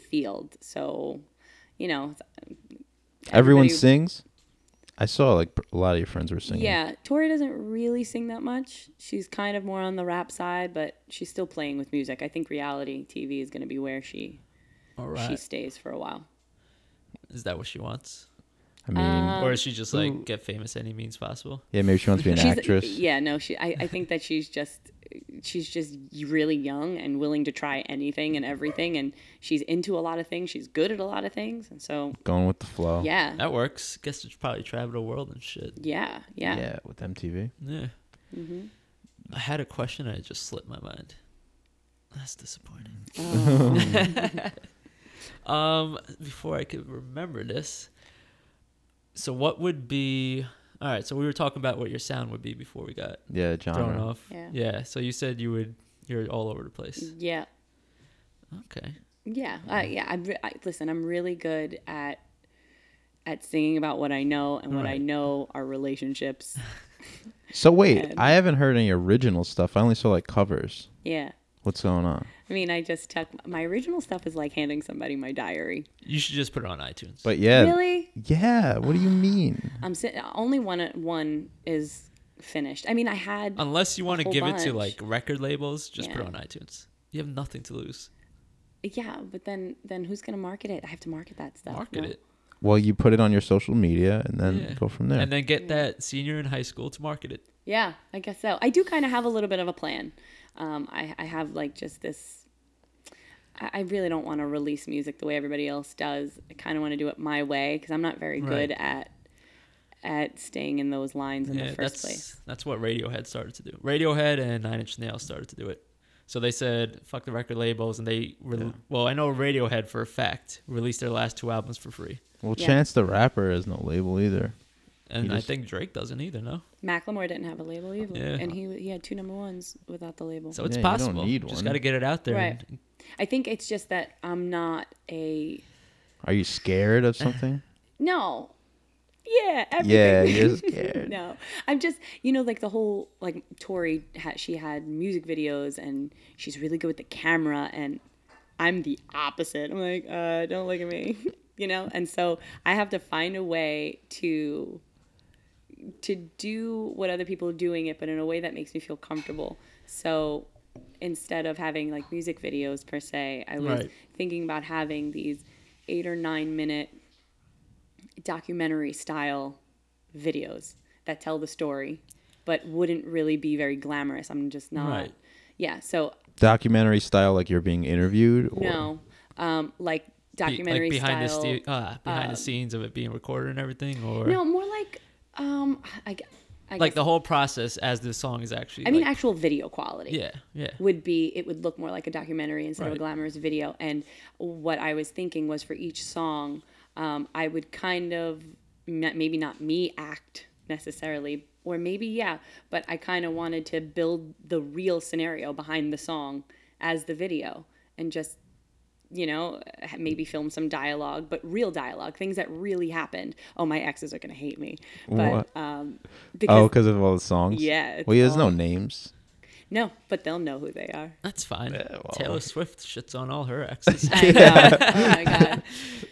field. So, you know, Everyone everybody- sings. I saw like a lot of your friends were singing. yeah. Tori doesn't really sing that much. She's kind of more on the rap side, but she's still playing with music. I think reality TV is going to be where she All she right. stays for a while. Is that what she wants? I mean, um, or is she just like who- get famous any means possible? yeah, maybe she wants to be an She's- actress. Yeah, no, she. I, I think that she's just she's just really young and willing to try anything and everything, and she's into a lot of things. She's good at a lot of things, and so Going with the flow. yeah, That works. Guess it's probably travel the world and shit. yeah, yeah. Yeah, with MTV. Yeah. Mm-hmm. I had a question and it just slipped my mind. That's disappointing. Oh. um, before I could remember this, so what would be? All right, so we were talking about what your sound would be before we got Yeah, thrown genre. off. Yeah. Mm-hmm. So you said you would. You're all over the place. yeah. Okay. Yeah, uh, yeah. I'm re- I, listen. I'm really good at at singing about what I know, and what I Right. know are relationships. So wait, And- I haven't heard any original stuff. I only saw like covers. yeah. What's going on? I mean, I just took my original stuff is like handing somebody my diary. You should just put it on iTunes. But yeah, Really? yeah. What do you mean? I'm si- only one one is finished. I mean, I had unless you want to whole give it to like bunch. record labels, just put it Yeah. on iTunes. You have nothing to lose. yeah, but then then who's gonna market it? I have to market that stuff. Market no. it. Well, you put it on your social media and then Yeah. go from there. And then get that senior in high school to market it. Yeah, I guess so. I do kind of have a little bit of a plan. Um, I, I have like just this. I, I really don't want to release music the way everybody else does. I kind of want to do it my way because I'm not very good Right. at at staying in those lines in the first that's, place. That's what Radiohead started to do. Radiohead and Nine Inch Nails started to do it. So they said, fuck the record labels. And they, re- well, I know Radiohead for a fact released their last two albums for free. well, Yeah. Chance the Rapper has no label either. And just- I think Drake doesn't either, no? Macklemore didn't have a label either, Yeah. and he he had two number ones without the label. So it's Yeah, you don't possible. need Just one. got to get it out there. Right. and- I think it's just that I'm not a Are you scared of something? no. Yeah, everything. yeah, you're scared. no i'm just you know like the whole like tori ha- she had music videos and she's really good with the camera and i'm the opposite i'm like uh don't look at me you know and so i have to find a way to to do what other people are doing it but in a way that makes me feel comfortable so instead of having like music videos per se i was Right. thinking about having these eight or nine minute documentary style videos that tell the story but wouldn't really be very glamorous i'm just not Right. yeah so Documentary style, like you're being interviewed. Or, no um like be- documentary like behind style um, the stu- ah, behind the scenes of it being recorded and everything, or no more like um i, gu- I like guess- the whole process as the song is actually. i mean like- actual video quality yeah, yeah, would be it would look more like a documentary instead of a Right. glamorous video and what i was thinking was for each song um, i would kind of not, maybe not me act necessarily or maybe yeah but i kind of wanted to build the real scenario behind the song as the video and just you know ha- maybe film some dialogue but real dialogue things that really happened oh my exes are going to hate me but What? um Oh, because because of all the songs. Yeah, it's Well, there's no all- names. no but they'll know who they are that's fine. well. Taylor Swift shits on all her exes, I know. oh my god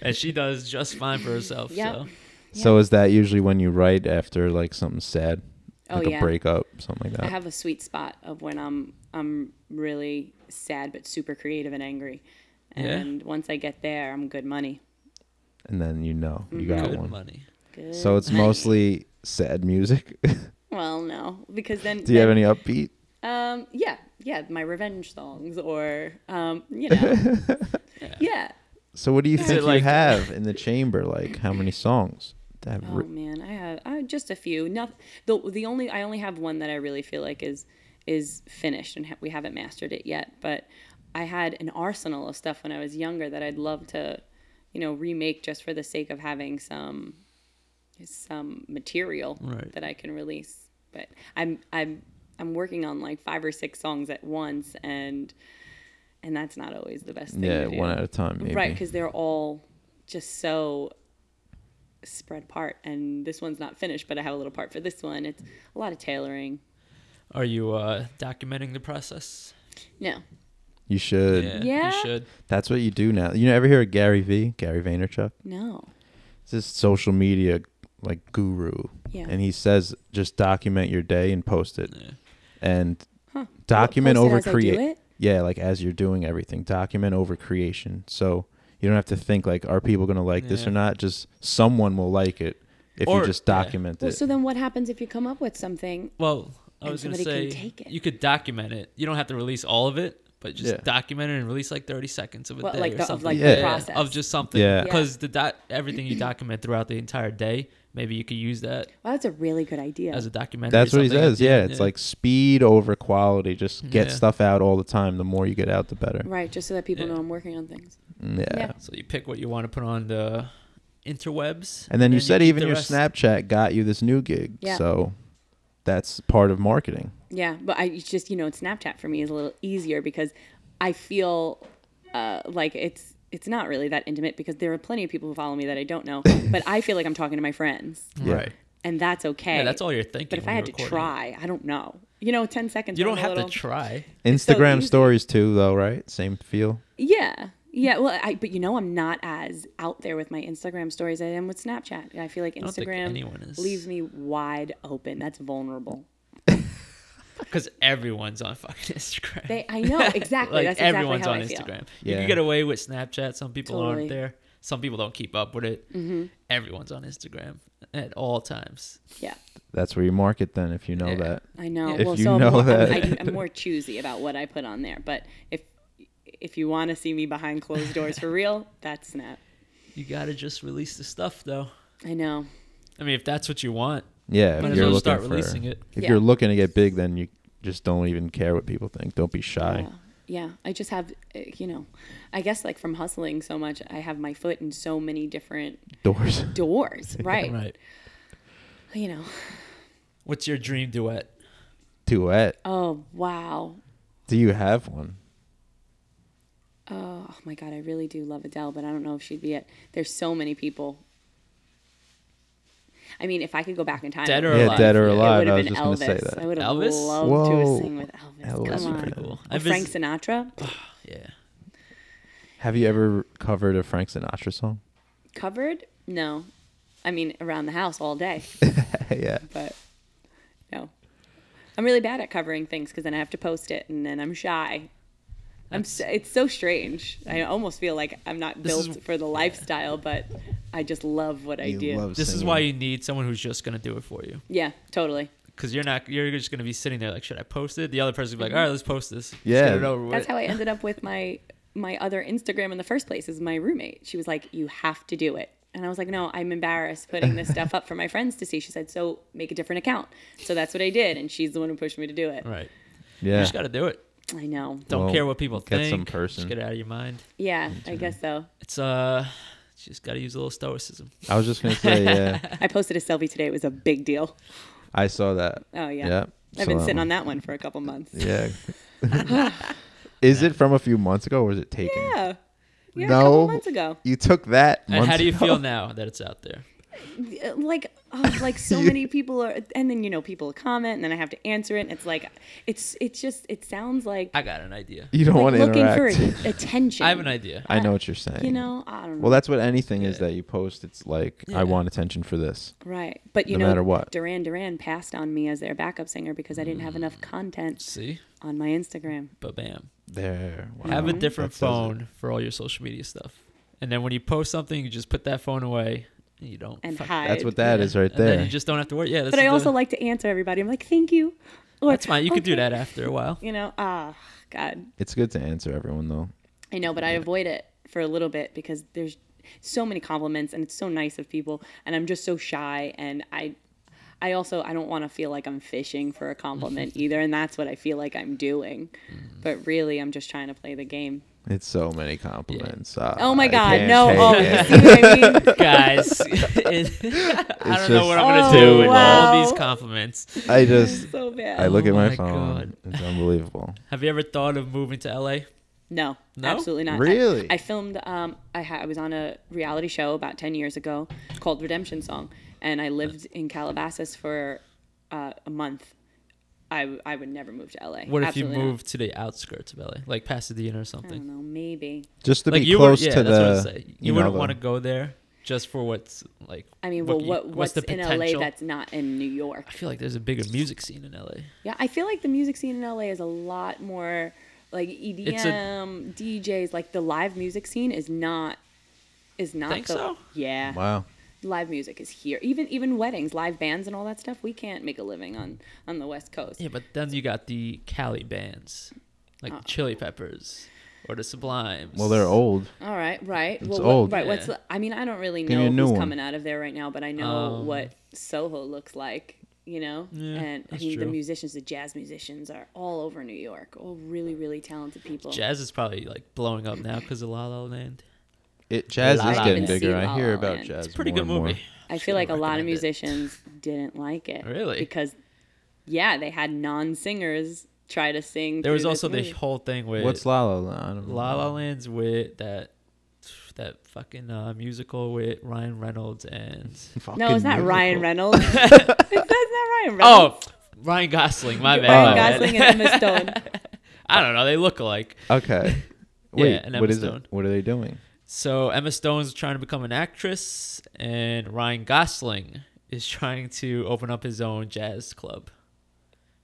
and she does just fine for herself. Yep. So So is that usually when you write after like something sad, Oh, like yeah. a breakup, something like I that? have a sweet spot of when I'm I'm really sad but super creative and angry. Yeah. And once I get there, I'm good money. and then you know you got good one. money. Mm-hmm. Good. So it's mostly sad music. well, no, because then Do you have then- any upbeat? Um, yeah, yeah, my revenge songs or um, you know, yeah. So what do you think like- you have in the chamber? Like how many songs? That have Oh ri- man, I have I, just a few. Nothing. The the only I only have one that I really feel like is is finished and ha- we haven't mastered it yet. But I had an arsenal of stuff when I was younger that I'd love to, you know, remake just for the sake of having some some material Right. that I can release. But I'm I'm I'm working on like five or six songs at once and and that's not always the best thing yeah, to do. one at a time. Maybe. Right, because they're all just so spread apart, and this one's not finished, but I have a little part for this one. It's a lot of tailoring. Are you uh, documenting the process? No, you should. you Yeah. should. That's what you do now. You know, ever hear of Gary V? Gary Vaynerchuk. no, It's this social media like guru, Yeah. and he says just document your day and post it, and document Post it over as I do create. it? Yeah, like as you're doing everything, document over creation. So you don't have to think like, are people gonna like this Yeah. or not? Just someone will like it if Or- you just yeah. document Well, it. so then what happens if you come up with something? Well, I And was gonna say somebody can take it. you could document it. You don't have to release all of it, but just Yeah. document it and release like thirty seconds of a Well, day like or the- of, something. like, the Yeah. process. of just something. Yeah. Yeah. Because the doc everything you document throughout the entire day, maybe you could use that Wow, that's a really good idea. as a documentary. That's what he something at says. the Yeah, end, it's like speed over quality. Just get Yeah. stuff out all the time. The more you get out, the better. Mm, right, just so that people Yeah. know I'm working on things. Yeah. Yeah. so you pick what you want to put on the interwebs. And then you said keep even the your rest. Snapchat got you this new gig. Yeah. So that's part of marketing. Yeah, but I it's just you know Snapchat for me is a little easier because I feel uh, like it's it's not really that intimate because there are plenty of people who follow me that I don't know, but I feel like I'm talking to my friends, Yeah. Right. and that's okay. Yeah, that's all you're thinking. But if I when had you're to recording it. try, I don't know. You know, ten seconds. you I'm don't a have little- to try. so Instagram easy. stories too, though, right? Same feel. Yeah, yeah. Well, I but you know I'm not as out there with my Instagram stories as I am with Snapchat. I feel like don't think anyone Instagram is. leaves me wide open. That's vulnerable. Because everyone's on fucking Instagram. They, I know exactly. like that's exactly everyone's how on I feel. Instagram. You Yeah. can get away with Snapchat. Some people Totally. Mm-hmm. aren't there. Some people don't keep up with it. Everyone's on Instagram at all times. Yeah. That's where you market then if you know Yeah. that. I know. If well, you so know I'm, more, that- I'm, I, I'm more choosy about what I put on there. But if if you want to see me behind closed doors for real, that's Snap. You gotta just release the stuff, though. I know. I mean, if that's what you want, Yeah. Might If as you're well looking start for, releasing it. If Yeah. you're looking to get big, then you just don't even care what people think. Don't be shy. Yeah. yeah. I just have, uh, you know, I guess like from hustling so much, I have my foot in so many different Doors. doors. Right. right? You know. What's your dream duet? Duet. Oh wow. Do you have one? Oh my God. I really do love Adele, but I don't know if she'd be it. There's so many people. I mean, if I could go back in time, Dead it or would- yeah, alive. dead or Yeah. it alive. would I have was been just gonna say Elvis. I that. would have Elvis? loved Whoa. to sing with Elvis. Elvis Come was on. pretty cool. Or Elvis- Frank Sinatra Yeah. Have you ever covered a Frank Sinatra song? covered? No, I mean around the house all day, yeah. but no. I'm really bad at covering things because then I have to post it, and then I'm shy. I'm. s it's so strange. I almost feel like I'm not This built is- for the lifestyle, but I just love what I You do. love This is singing. why you need someone who's just gonna do it for you, yeah, totally. because you're not. You're just gonna be sitting there like, should I post it? The other person's gonna Mm-hmm. be like, all right, let's post this. Let's Yeah. get it over That's with. how I ended up with my my other Instagram in the first place. Is my roommate? She was like, "You have to do it," and I was like, "No, I'm embarrassed putting this stuff up for my friends to see." She said, "So make a different account." So that's what I did, and she's the one who pushed me to do it. right. You Yeah. just gotta do it. I know. Don't Well, care what people get think. some Just person. get it out of your mind. Yeah, I guess so. It's uh, just gotta use a little stoicism. I was just gonna say yeah. I posted a selfie today. It was a big deal. I saw that. Oh yeah. Yeah. um, I've been sitting on that one for a couple months. Yeah. is it from a few months ago or is it taken? Yeah. Yeah, a No. couple months ago. You took that. And how months do you ago. feel now that it's out there? Uh, Like, oh, like so many people are, and then you know people comment, and then I have to answer it. And it's like, it's it's just it sounds like I got an idea. You don't want to looking interact. for attention. I have an idea. I know what you're saying. You know, I don't know. Well, that's what anything is Yeah. that you post. It's like Yeah. I want attention for this. right. But you no know, matter what. Duran Duran passed on me as their backup singer because I didn't have enough content See, on my Instagram. but bam. There. Have a wow, different that says it. phone for all your social media stuff. And then when you post something, you just put that phone away and you don't. And fuck- hide. That's what that Yeah. is right And then there. you just don't have to worry. Yeah, that's But I the- also like to answer everybody. I'm like, thank you. Or, That's fine. You can do "Okay." that after a while. You know, ah, God, It's good to answer everyone though. I know, but I avoid it for a little bit because there's so many compliments and it's so nice of people, and I'm just so shy, and I, I also I don't want to feel like I'm fishing for a compliment either, and that's what I feel like I'm doing, Mm. but really I'm just trying to play the game. It's so many compliments. Uh, Oh my I God, can't no! take Oh, it. you see what I mean? Guys, it- I It's don't know what I'm going just- to do with all Oh, wow. these compliments. I just so bad. I look Oh at my, my phone. It's unbelievable. Have you ever thought of moving to LA? No, No? absolutely not. I- Really? I, filmed. Um, I, ha- I was on a reality show about ten years ago called Redemption Song, and I lived in Calabasas for uh, a month. I, w- I would never move to LA. What if Absolutely you not. moved to the outskirts of LA, like Pasadena or I don't something? know. Maybe. Just to Like be you close were, yeah, to that's the. what I'm saying. You, know, wouldn't the- want to go there just for what's like. I mean, well, you- what what's, the in LA potential? that's not in New York? I feel like there's a bigger music scene in LA. Yeah, I feel like the music scene in LA is a E lot more like EDM, DJs. Like the live music scene is not is not Think the so? yeah Wow. live music is here. Even even weddings, live bands, and all that stuff. We can't make a living on on the West Coast. Yeah, but then you got the Cali bands, like Uh. the Chili Peppers or the Sublimes. Well, they're old. All right, right. well, what- old. right. What's Yeah. the, I mean, I don't really me know a who's new one. coming out of there right now, but I know Um, what Soho looks like. You know, Yeah, and I that's mean the true. musicians, the jazz musicians, are all over New York. All really, really talented people. Jazz is probably like blowing up now because of La La Land. It jazz La is La getting Land. bigger. La I hear La about Land. jazz. It's a pretty more good and more. movie. I feel like a lot of recommend it. musicians didn't like it. Really? Because, yeah, they had non-singers try to sing. There was through also this the movie. whole thing with What's La La Land? I don't know. La La Mm-hmm. Land's with that that fucking uh, musical with Ryan Reynolds and No, it's not Fucking musical. Ryan Reynolds. It's- That's not Ryan Reynolds. oh Ryan Gosling. My Ryan bad. Gosling and Emma Stone. I don't know. They look alike. Okay. Wait, and Emma what is Stone. it? What are they doing? So Emma Stone's trying to become an actress, and Ryan Gosling is trying to open up his own jazz club.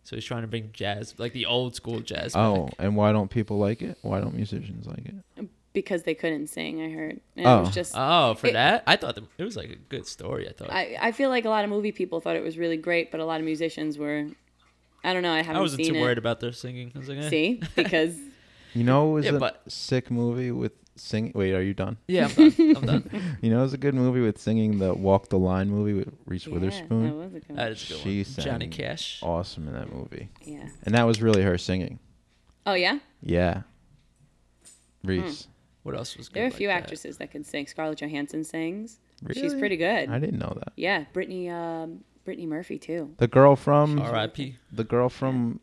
So he's trying to bring jazz, like the old school jazz. back. Oh, and why don't people like it? Why don't musicians like it? Because they couldn't sing, I heard. And it Oh. was just oh, for It- that, I thought the, it was like a good story. I thought I, I feel like a lot of movie people thought it was really great, but a lot of musicians were I don't know, I haven't I wasn't seen too it. worried about their singing. I was like, eh. See? Because You know, it was Yeah, a but- sick movie with singing. Wait, are you done? yeah, I'm done. I'm done. You know, it was a good movie with singing. The Walk the Line movie with Reese yeah, that Witherspoon. was a good one. That is a good She one. Johnny sang Cash. Awesome in that movie, yeah. and that was really her singing. Oh yeah? Yeah. Hmm. Reese. What else was? Good There are a like few that? actresses that can sing. Scarlett Johansson sings. She's Really? pretty good. I didn't know that. Yeah. Brittany um Brittany Murphy too. The girl from R.I.P. the girl from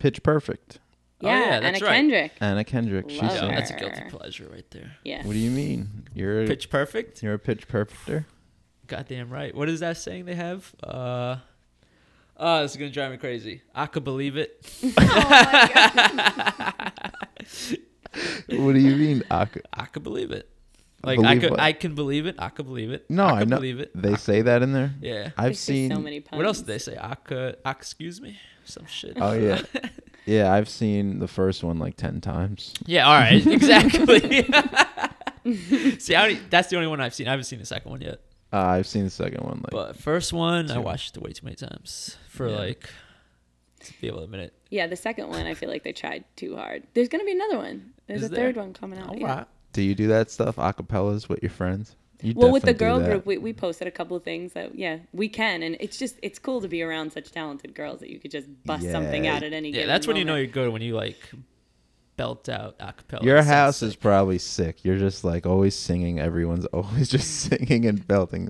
Pitch Perfect, Oh, Yeah, yeah, that's Anna right. Kendrick. Anna Kendrick. She Love Yeah, her. sang. that's a guilty pleasure right there. Yeah. What do you mean? You're a, Pitch Perfect. you're a Pitch Perfecter. Goddamn right. What is that saying they have? Uh, oh, this is gonna drive me crazy. I could believe it. what do you mean? I c- I could believe it. Like I Believe could, what? I can believe it. I could believe it. No, I I, could know. believe it. They say that in there. Yeah. I've There's just seen so many puns. what else did they say? I could. I, excuse me. Some shit. Oh yeah. Yeah, I've seen the first one like ten times. yeah. All right. Exactly. See, I, don't- e, that's the only one I've seen. I haven't seen the second one yet. Uh, I've seen the second one like But first one, I Two. watched it way too many times for Yeah. like to be able to admit it. Yeah, the second one I feel like they tried too hard. There's gonna be another one. There's Is a there? Oh, third one coming out. yeah. Do you do that stuff acapellas with your friends? You well with the girl definitely do that. group we, we posted a couple of things that yeah we can and it's just it's cool to be around such talented girls that you could just bust something Yeah. out at any Yeah, given that's when you know moment. you're good when you like belt out acapella. Oh, Your songs. house is probably sick. You're just like always singing. Everyone's always just singing and belting,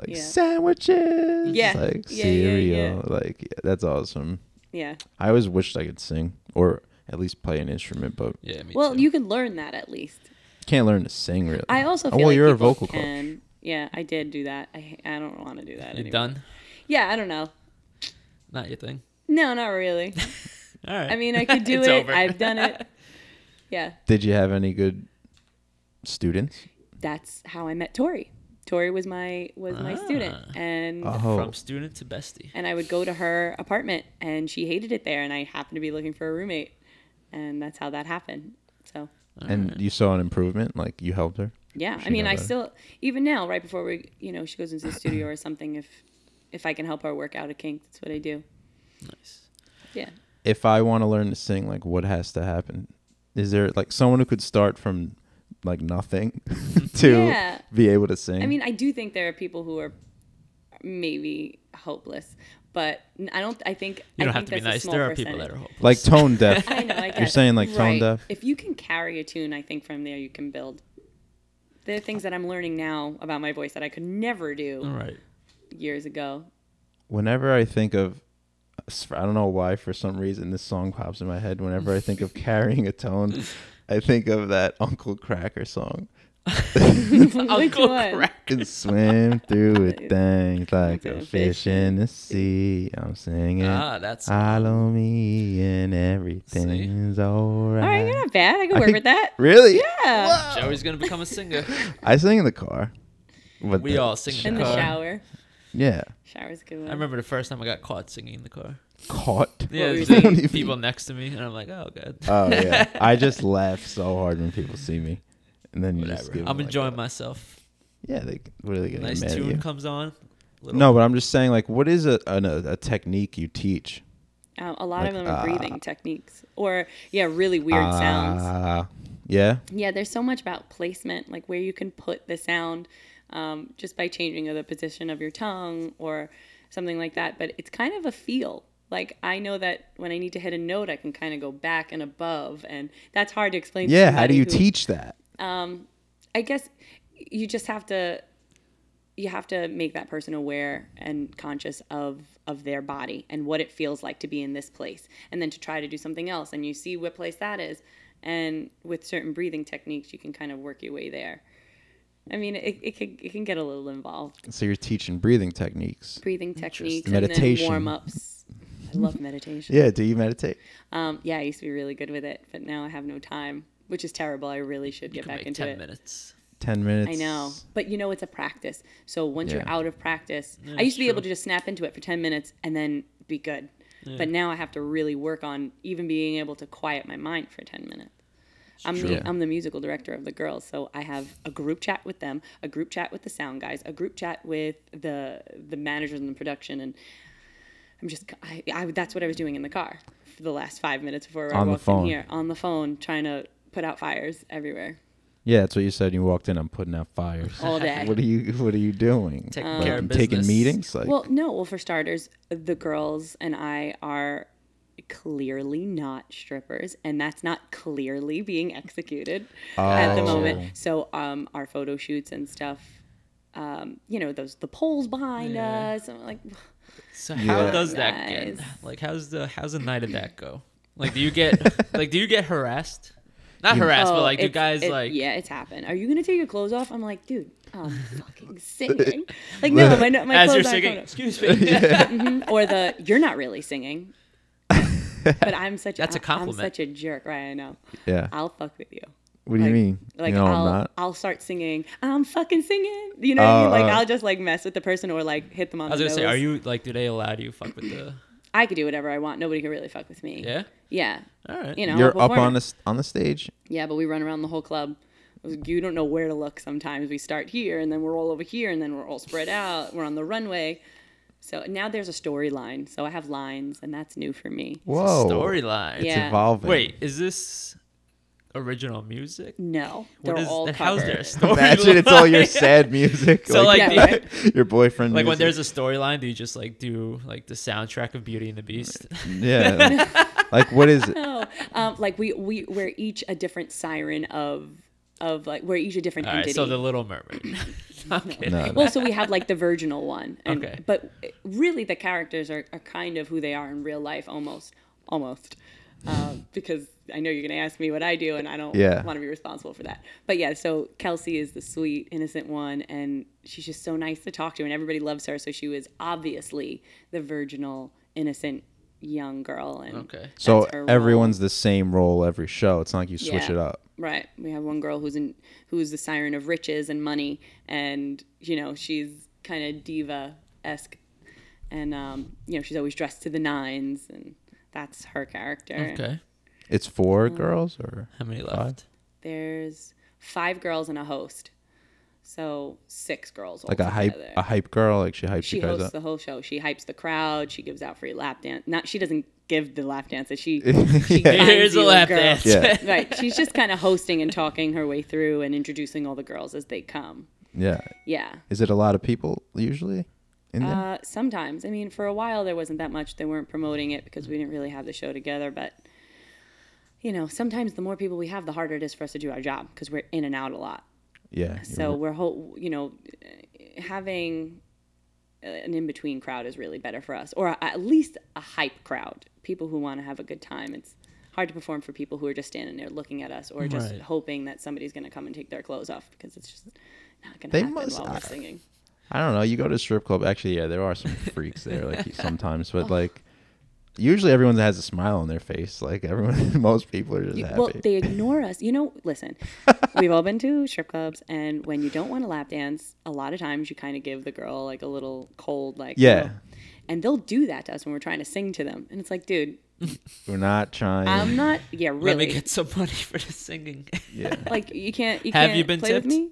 like Yeah. sandwiches, Yeah. like Yeah, yeah, cereal. yeah. Like yeah, that's awesome. yeah I always wished I could sing or at least play an instrument, but Yeah, me well too. you can learn that at least can't learn to sing really. i also Oh, feel well, like you're a people vocal coach. can, yeah i did do that i, I don't want to do that you anymore. done? yeah i don't know Not your thing. no not really All right. i mean i could do It's it over. i've done it yeah Did you have any good students? that's how i met tori tori was my was my Ah. student and Oh, From student to bestie. and I would go to her apartment, and she hated it there, and I happened to be looking for a roommate, and that's how that happened. So and you saw an improvement. Like you helped her. yeah, I She mean, got I better. still even now, right before we, you know, she goes into the studio or something, if if I can help her work out a kink, that's what I do. Nice. Yeah, if I want to learn to sing, like what has to happen? Is there like someone who could start from like nothing to Yeah. be able to sing? I mean, I do think there are people who are maybe hopeless, but I don't. I think You don't I have think to be that's a nice. small There are people that percentage. are hopeless. like tone deaf. I know. I get You're it. saying, like, tone Right. deaf? If you can carry a tune, I think from there you can build. There are things that I'm learning now about my voice that I could never All do right. years ago. Whenever I think of, I don't know why, for some reason, this song pops in my head. Whenever I think of carrying a tone, I think of that Uncle Cracker song. Which Uncle one? Crack. Can swim through it, things like Like a a fish in the sea. I'm singing. Ah, that's. Follow me and everything's alright. All right, you're not bad. I can work with that. Really? Yeah. Joey's gonna become a singer. I sing in the car. But We the- all sing In in the car. shower. Yeah. Shower's a good. One. I remember the first time I got caught singing in the car. Caught. Yeah, were you there's saying? like people next to me, and I'm like, oh god. Oh yeah. I just laugh so hard when people see me. and then you just Whatever. give. I'm them, like, enjoying myself. yeah, they, what are they gonna Nice get mad at tune you? comes on. Little- No, but I'm just saying, like, what is a an, a, a technique you teach? Uh, a lot of Like, them are ah. breathing techniques or yeah, really weird sounds. Ah, yeah. Yeah, there's so much about placement, like where you can put the sound um, just by changing of the position of your tongue or something like that. But it's kind of a feel. Like I know that when I need to hit a note, I can kind of go back and above, and that's hard to explain. to Yeah. How do somebody you who- teach that? I guess you just have to you have to make that person aware and conscious of of their body and what it feels like to be in this place and then to try to do something else and you see what place that is and with certain breathing techniques you can kind of work your way there i mean it, it, can, it can get a little involved So you're teaching breathing techniques. breathing techniques Meditation. and then warm-ups i love meditation Yeah. Do you meditate? um, yeah i used to be really good with it but now i have no time which is terrible i really should You get can back make into 10 it minutes. Ten minutes. I know, but you know it's a practice. So once you're Yeah. out of practice, I used to be true. able to just snap into it for 10 minutes and then be good. But now I have to really work on even being able to quiet my mind for 10 minutes. I'm true. the, I'm the musical director of the girls, so I have a group chat with them, a group chat with the sound guys, a group chat with the the managers and the production, and I'm just I, I that's what I was doing in the car for the last five minutes before I On the walked in phone. here on the phone trying to put out fires everywhere Yeah, that's what you said. You walked in. I'm putting out fires. all day. What are you What are you doing? Taking Like, care of you taking business. meetings. Like, Well, no. Well, for starters, the girls and I are clearly not strippers, and that's not clearly being executed at Oh. the moment. So, um, our photo shoots and stuff, um, you know, those the poles behind Yeah. us, and like, So how Yeah. does that get? Guys. Like how's the how's the night of that go? Like do you get like do you get harassed? Not harassed, but oh, like do it's- guys it- like yeah, it's happened. Are you gonna take your clothes off? I'm like, dude, I'm fucking singing. Like, no, my my as clothes you're aren't singing? coming off. Excuse me. or the you're not really singing. but I'm such That's a I- I'm compliment. such a jerk, right? I know. yeah. I'll fuck with you. what do you mean? Like you know, I'll I'm not. I'll start singing. I'm fucking singing. You know, what I mean? Oh, like oh. I'll just like mess with the person or like hit them on I was the gonna nose. say, are you like do they allow you to fuck with the I could do whatever I want. Nobody can really fuck with me. Yeah? Yeah. Alright. You know, I'm You're a up on performer. the s- on the stage. Yeah, but we run around the whole club. You don't know where to look sometimes. We start here and then we're all over here and then we're all spread out. We're on the runway. So now there's a storyline. So I have lines and that's new for me. Whoa. storyline. It's Yeah. evolving. Wait, is this original music? No, What they're is- all then how's covered. there a storyline? Imagine it's all your sad music. So, like, Yeah, your boyfriend. Like when music. there's a storyline, do you just like do like the soundtrack of Beauty and the Beast? yeah. like- like what is it? no, um, like we we we're each a different siren of of like we're each a different All right, entity. so the Little Mermaid. I'm kidding. No, no. well, so we have like the virginal one. And, Okay. But really, the characters are, are kind of who they are in real life, almost, almost, um, because I know you're going to ask me what I do, and I don't Yeah. want to be responsible for that. But yeah, so Kelsey is the sweet, innocent one, and she's just so nice to talk to, and everybody loves her. So she was obviously the virginal, innocent young girl. And Okay. that's So her role. everyone's the same role every show. It's not like you switch Yeah. it up. Right. We have one girl who's in who's the siren of riches and money, and you know she's kind of diva esque, and um, you know she's always dressed to the nines, and that's her character. Okay. It's four Mm-hmm. girls or How many left? There's five girls and a host, so six girls. like a hype altogether. a hype girl. Like she hypes She you guys hosts up. the whole show. She hypes the crowd. She gives out free lap dance. Not she doesn't give the lap dances. She, she Yeah. finds Here's a you lap girl. dance. Yeah. right. She's just kind of hosting and talking her way through and introducing all the girls as they come. yeah. Yeah. Is it a lot of people usually? In there? Uh, sometimes. I mean, for a while there wasn't that much. They weren't promoting it because we didn't really have the show together. But you know, sometimes the more people we have, the harder it is for us to do our job because we're in and out a lot. yeah. you're So we're ho- you know, having an in between crowd is really better for us, or at least a hype crowd. People who want to have a good time. It's hard to perform for people who are just standing there looking at us or just Right. hoping that somebody's going to come and take their clothes off because it's just not going to They happen must- while I- we're singing. I don't know. You go to a strip club. Actually, yeah, there are some freaks there, like sometimes, but like usually everyone has a smile on their face. Like everyone, most people are just You- happy. well, they ignore us. You know, listen, we've all been to strip clubs, and when you don't want to lap dance, a lot of times you kind of give the girl like a little cold, like, Yeah. "Oh." And they'll do that to us when we're trying to sing to them. And it's like, dude, We're not trying. I'm not. Yeah, really. Let me get some money for the singing. yeah. like you can't. You Have can't you been play with tipped? me?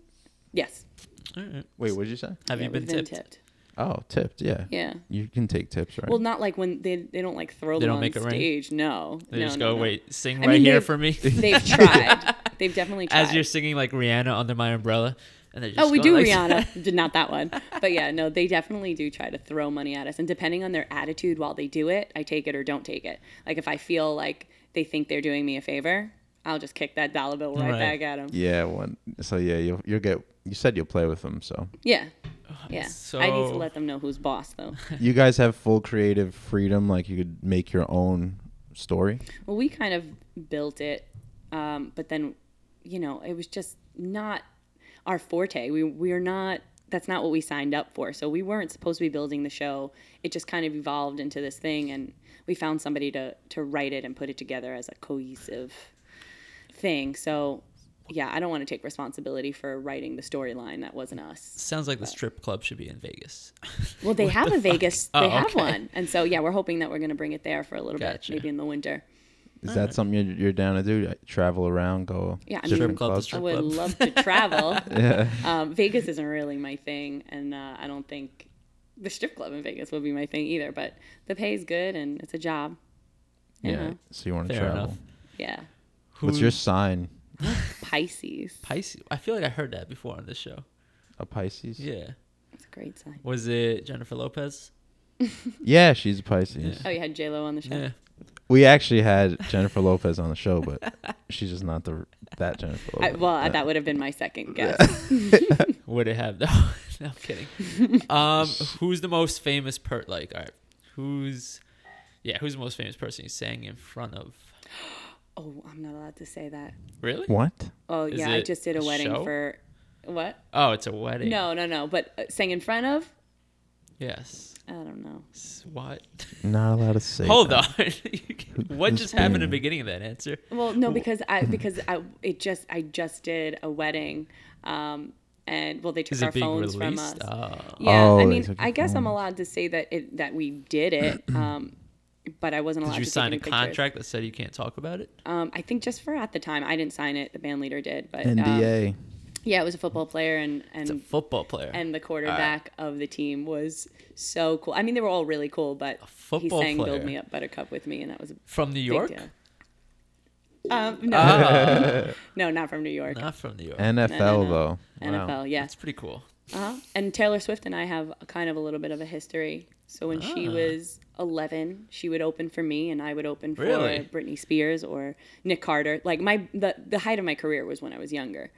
Yes. All right. Wait, what did you say? Have Yeah, you been we've tipped? Oh, tipped. Yeah. Yeah. You can take tips, right? Well, not like when they they don't like throw They them don't on make it rain? stage. No. They no, just no, go, no. wait, sing I right mean, here they've- for me. They've tried. They've definitely tried. As you're singing like Rihanna under my umbrella, and they just Oh, we go do like- Rihanna. Did not that one. But yeah, no, they definitely do try to throw money at us. And depending on their attitude while they do it, I take it or don't take it. Like if I feel like they think they're doing me a favor, I'll just kick that dollar bill right, Right. back at them. yeah. One. So yeah, you'll you'll get. You said you'll play with them, so Yeah. Yeah. I need so- to let them know who's boss though. you guys have full creative freedom. Like you could make your own story. Well, we kind of built it, um, but then, you know, it was just not our forte. We we're not. That's not what we signed up for. So we weren't supposed to be building the show. It just kind of evolved into this thing, and we found somebody to to write it and put it together as a cohesive thing. So. Yeah, I don't want to take responsibility for writing the storyline. That wasn't us. Sounds like the strip club should be in Vegas. Well, they have a Vegas. Oh, they have okay. one, and so yeah, we're hoping that we're going to bring it there for a little Gotcha. bit, maybe in the winter. Is that something you're, you're down to do? Like, travel around, go Uh. Yeah, I mean- different Strip club to clubs? I strip would club. love to travel. Yeah. um, Vegas isn't really my thing, and uh, I don't think the strip club in Vegas would be my thing either. But the pay's good, and it's a job. You Yeah. know? So you want to Fair travel. enough. Yeah. What's Who- your sign? Pisces. Pisces? I feel like I heard that before on this show. A Pisces. Yeah. It's a great sign. Was it Jennifer Lopez? Yeah, she's a Pisces. Oh, you had J Lo on the show. Yeah. We actually had Jennifer Lopez on the show, but she's just not the that Jennifer. I, Lopez. Uh, well, that would have been my second guess. Would it have? No, no I'm kidding. Um, who's the most famous per? Like, all right, who's? Yeah, who's the most famous person you sang in front of? Oh, I'm not allowed to say that. Really? What? Oh, Is yeah, I it just did a a wedding show? for what? Oh, it's a wedding. No, no, no. But uh, sang in front of? Yes. I don't know. S- What? Not allowed to say. Hold that. on. You can't- what Who's just happened in been- the beginning of that answer? Well, no, because I because I it just I just did a wedding, um, and well they took Is our it being phones released? from us. Oh. Yeah, Oh, I they mean, took your I guess I'm phones. allowed to say that it that we did it, um, but I wasn't allowed Did you to sign a take any pictures. contract that said you can't talk about it? Um, I think just for at the time, I didn't sign it. The band leader did, but um, NDA. yeah, it was a football player and and It's a Uh, football player. Um, and the quarterback of the team was so cool. I mean, they were all really cool, but he football sang player. "Build Me Up, Buttercup" with me, and that was a from New big York? deal. Um, no, Ah. no, not from New York. Not from New York. NFL though. NFL, Wow. yeah. That's pretty cool. Uh-huh. And Taylor Swift and I have a kind of a little bit of a history. So when Ah. she was 11, she would open for me, and I would open for Really? Britney Spears or Nick Carter. Like my the the height of my career was when I was younger.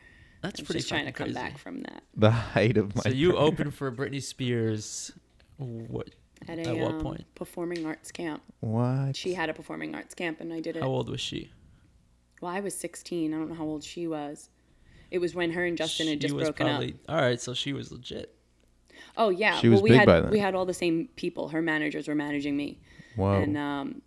That's I'm pretty just trying to fucking come crazy. back from that. The height of my. So you career. opened for Britney Spears. What? At, At a, what um, point? Performing arts camp. What? She had a performing arts camp, and I did it. How old was she? Well, I was 16. I don't know how old she was. It was when her and Justin had She just was broken up. All right, so she was legit. Oh yeah, She was well we big had by then. we had all the same people. Her managers were managing me. Whoa. and um,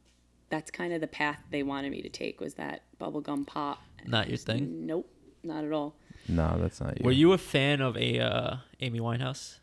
that's kind of the path they wanted me to take was that bubblegum pop Not your thing. nope not at all no, that's not you. Were you a fan of a uh, Amy Winehouse?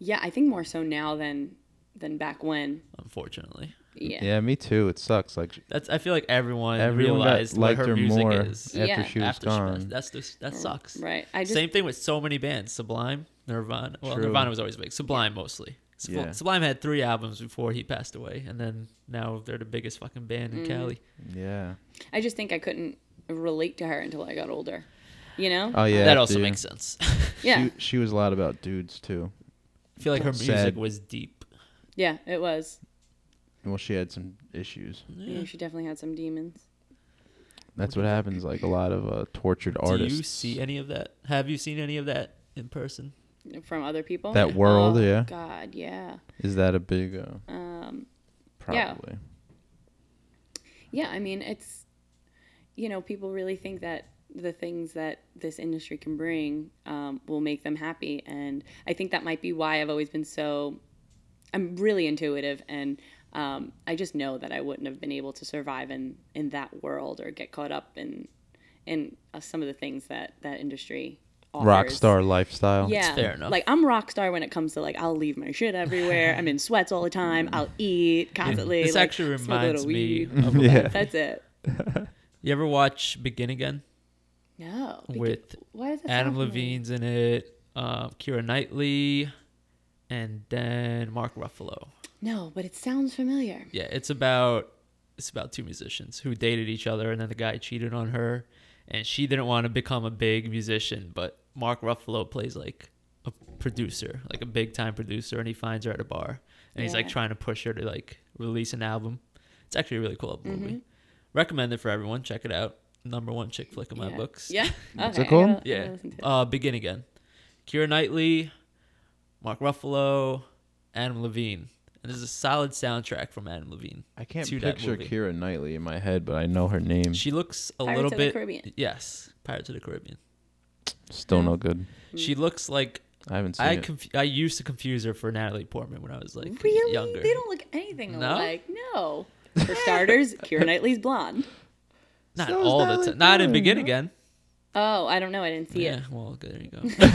yeah i think more so now than than back when Unfortunately, yeah Yeah, me too. It sucks. Like that's. I feel like everyone everyone got realized liked what her, her, music more is after Yeah. she was after she gone. passed. That's just, that sucks. Mm, right i just Same thing with so many bands. Sublime, Nirvana. Well, True. Nirvana was always big. Sublime mostly. Subl- Yeah. Sublime had three albums before he passed away, and then now they're the biggest fucking band Mm. in Cali. yeah. i just think i couldn't relate to her until i got older you know Oh yeah. that also dude. makes sense. yeah She, she was a lot about dudes too. I feel like her music Sad. was deep. yeah it was Well, she had some issues. yeah. she definitely had some demons That's what happens. Like a lot of uh, tortured artists. Do you see any of that? Have you seen any of that in person? from other people That world, Oh, yeah. god yeah Is that a big? Uh, um. yeah. Probably. Yeah, I mean, it's, you know, people really think that the things that this industry can bring um, will make them happy. And I think that might be why I've always been so, I'm really intuitive. And um, I just know that I wouldn't have been able to survive in, in that world or get caught up in, in uh, some of the things that that industry authors. rock star lifestyle. Yeah, fair enough. Like I'm rock star when it comes to like I'll leave my shit everywhere. I'm in sweats all the time. I'll eat constantly. This like, actually smoke a little reminds me weed. of Yeah. That's it. You ever watch Begin Again No. beca- with why does that sound Adam familiar? Levine's in it, um, Kira Knightley, and then Mark Ruffalo. No, but it sounds familiar. Yeah, it's about it's about two musicians who dated each other, and then the guy cheated on her, and she didn't want to become a big musician, but Mark Ruffalo plays like a producer, like a big time producer, and he finds her at a bar, and he's like Yeah. trying to push her to like release an album. It's actually a really cool movie. Mm-hmm. Recommend it for everyone. Check it out. Number one chick flick in my yeah. books. Yeah. What's okay, it called? I gotta- I gotta Yeah. listen to it. Uh, Begin Again. Kira Knightley, Mark Ruffalo, Adam Levine. And there's a solid soundtrack from Adam Levine. I can't to that picture movie. Kira Knightley in my head, but I know her name. She looks a Pirates little of the bit. Caribbean. Yes, Pirates of the Caribbean. Still no good. Hmm. She looks like I haven't seen I it. conf- I used to confuse her for Natalie Portman when I was like Really? younger. They don't look anything No? alike. No. For starters, Kira Knightley's blonde. Not So is all the Natalie time. Not in Portman, Begin no? Again. Oh, I don't know. I didn't see Yeah. it. Well, good, there you go.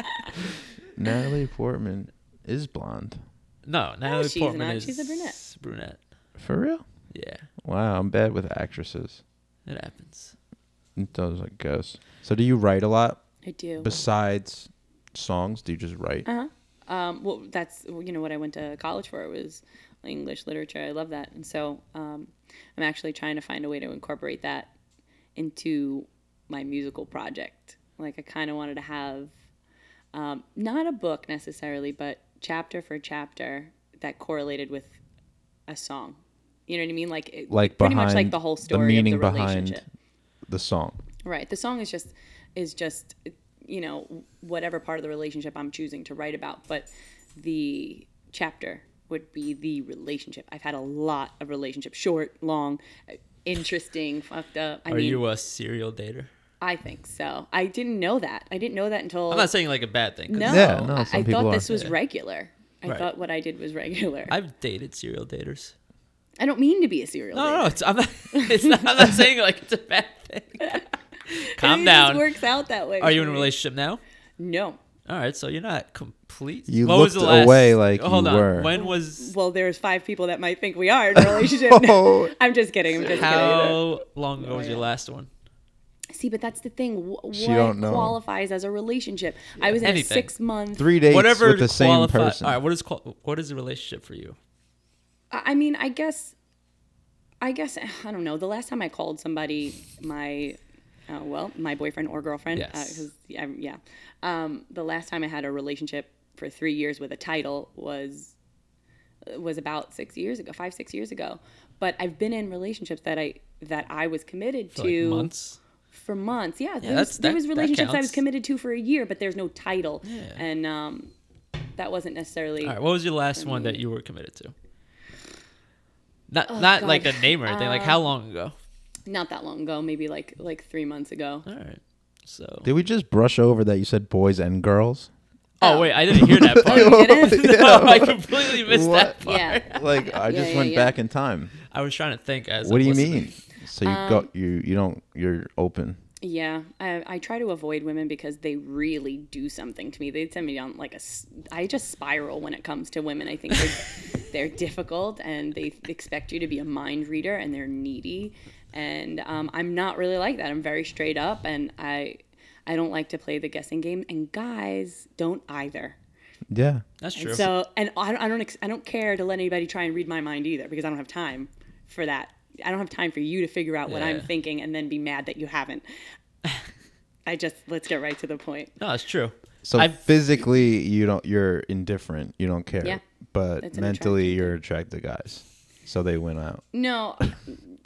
Natalie Portman is blonde. No, Natalie she's Portman not. is She's a brunette. Brunette. For real? Yeah, Wow, I'm bad with acactresses. it happens. It does, I guess. So, do you write a lot I do. besides songs? Do you just write? um, well, that's you know what I went to college for was English literature. I love that, and so um, I'm actually trying to find a way to incorporate that into my musical project. Like I kind of wanted to have um, not a book necessarily, but chapter for chapter that correlated with a song. You know what I mean? Like it, like pretty behind much like the whole story meaning of the relationship. behind the song. Right. The song is just is just you know whatever part of the relationship I'm choosing to write about, but the chapter would be the relationship. I've had a lot of relationships, short, long, interesting, fucked up. I Are mean, you a serial dater? I think so. I didn't know that. I didn't know that until I'm not saying like a bad thing. 'cause Oh. no. Yeah, no, I- some I people thought are. this was regular. I Right. thought what I did was regular. I, I've dated serial daters. don't mean to be a serial. No, dater. no, it's, I'm not. It's not I'm not saying like it's a bad thing. Calm It down. Just works out that way. Are you in a for me. relationship now? No. All right, so you're not complete. You what was the looked last, away like Hold you on. were. When was Well, there's five people that might think we are in a relationship. Oh. I'm just kidding. I'm just kidding. how long ago was your last one? See, but that's the thing. Wh- What She don't know. qualifies as a relationship? I was in Anything. a six month. Three dates Whatever with the same qualifi- person. All right, what is qual- what is a relationship for you? I I mean, I guess, I guess eh, I don't know. The last time I called somebody, my, uh, well, my boyfriend or girlfriend, Yes. uh, 'cause, yeah, I'm- yeah. Um, the last time I had a relationship for three years with a title was was about six years ago, five six years ago. But I've been in relationships that I that I was committed For to like months. for months. Yeah, there, that's- was, there that- was that relationships I was counts. committed to for a year, but there's no title, and um, that wasn't necessarily. All right, what was your last one that you were committed to? Not Oh, not like a God. name or anything. like Uh, how long ago? Not that long ago, maybe like like three months ago. All right. So. Did we just brush over that you said boys and girls? oh wait, I didn't hear that part. You didn't? no, I completely missed What? that part. yeah. Like I just yeah, went yeah. back in time. I was trying to think. As what I'm do you listening. mean? So you Um, got you you don't you're open. Yeah, I, I try to avoid women because they really do something to me. They send me on like a. s- I just spiral when it comes to women. I think they're, they're difficult and they expect you to be a mind reader and they're needy, and um, I'm not really like that. I'm very straight up and I, I don't like to play the guessing game. And guys don't either. Yeah. That's And true. So, and I don't, I don't, ex- I don't care to let anybody try and read my mind either because I don't have time for that. I don't have time for you to figure out what I'm Yeah. thinking and then be mad that you haven't. I just let's get right to the point. no, it's true. So I've- physically you don't you're indifferent. You don't care. Yeah. But That's an mentally you're attracted to guys. So they went out. No,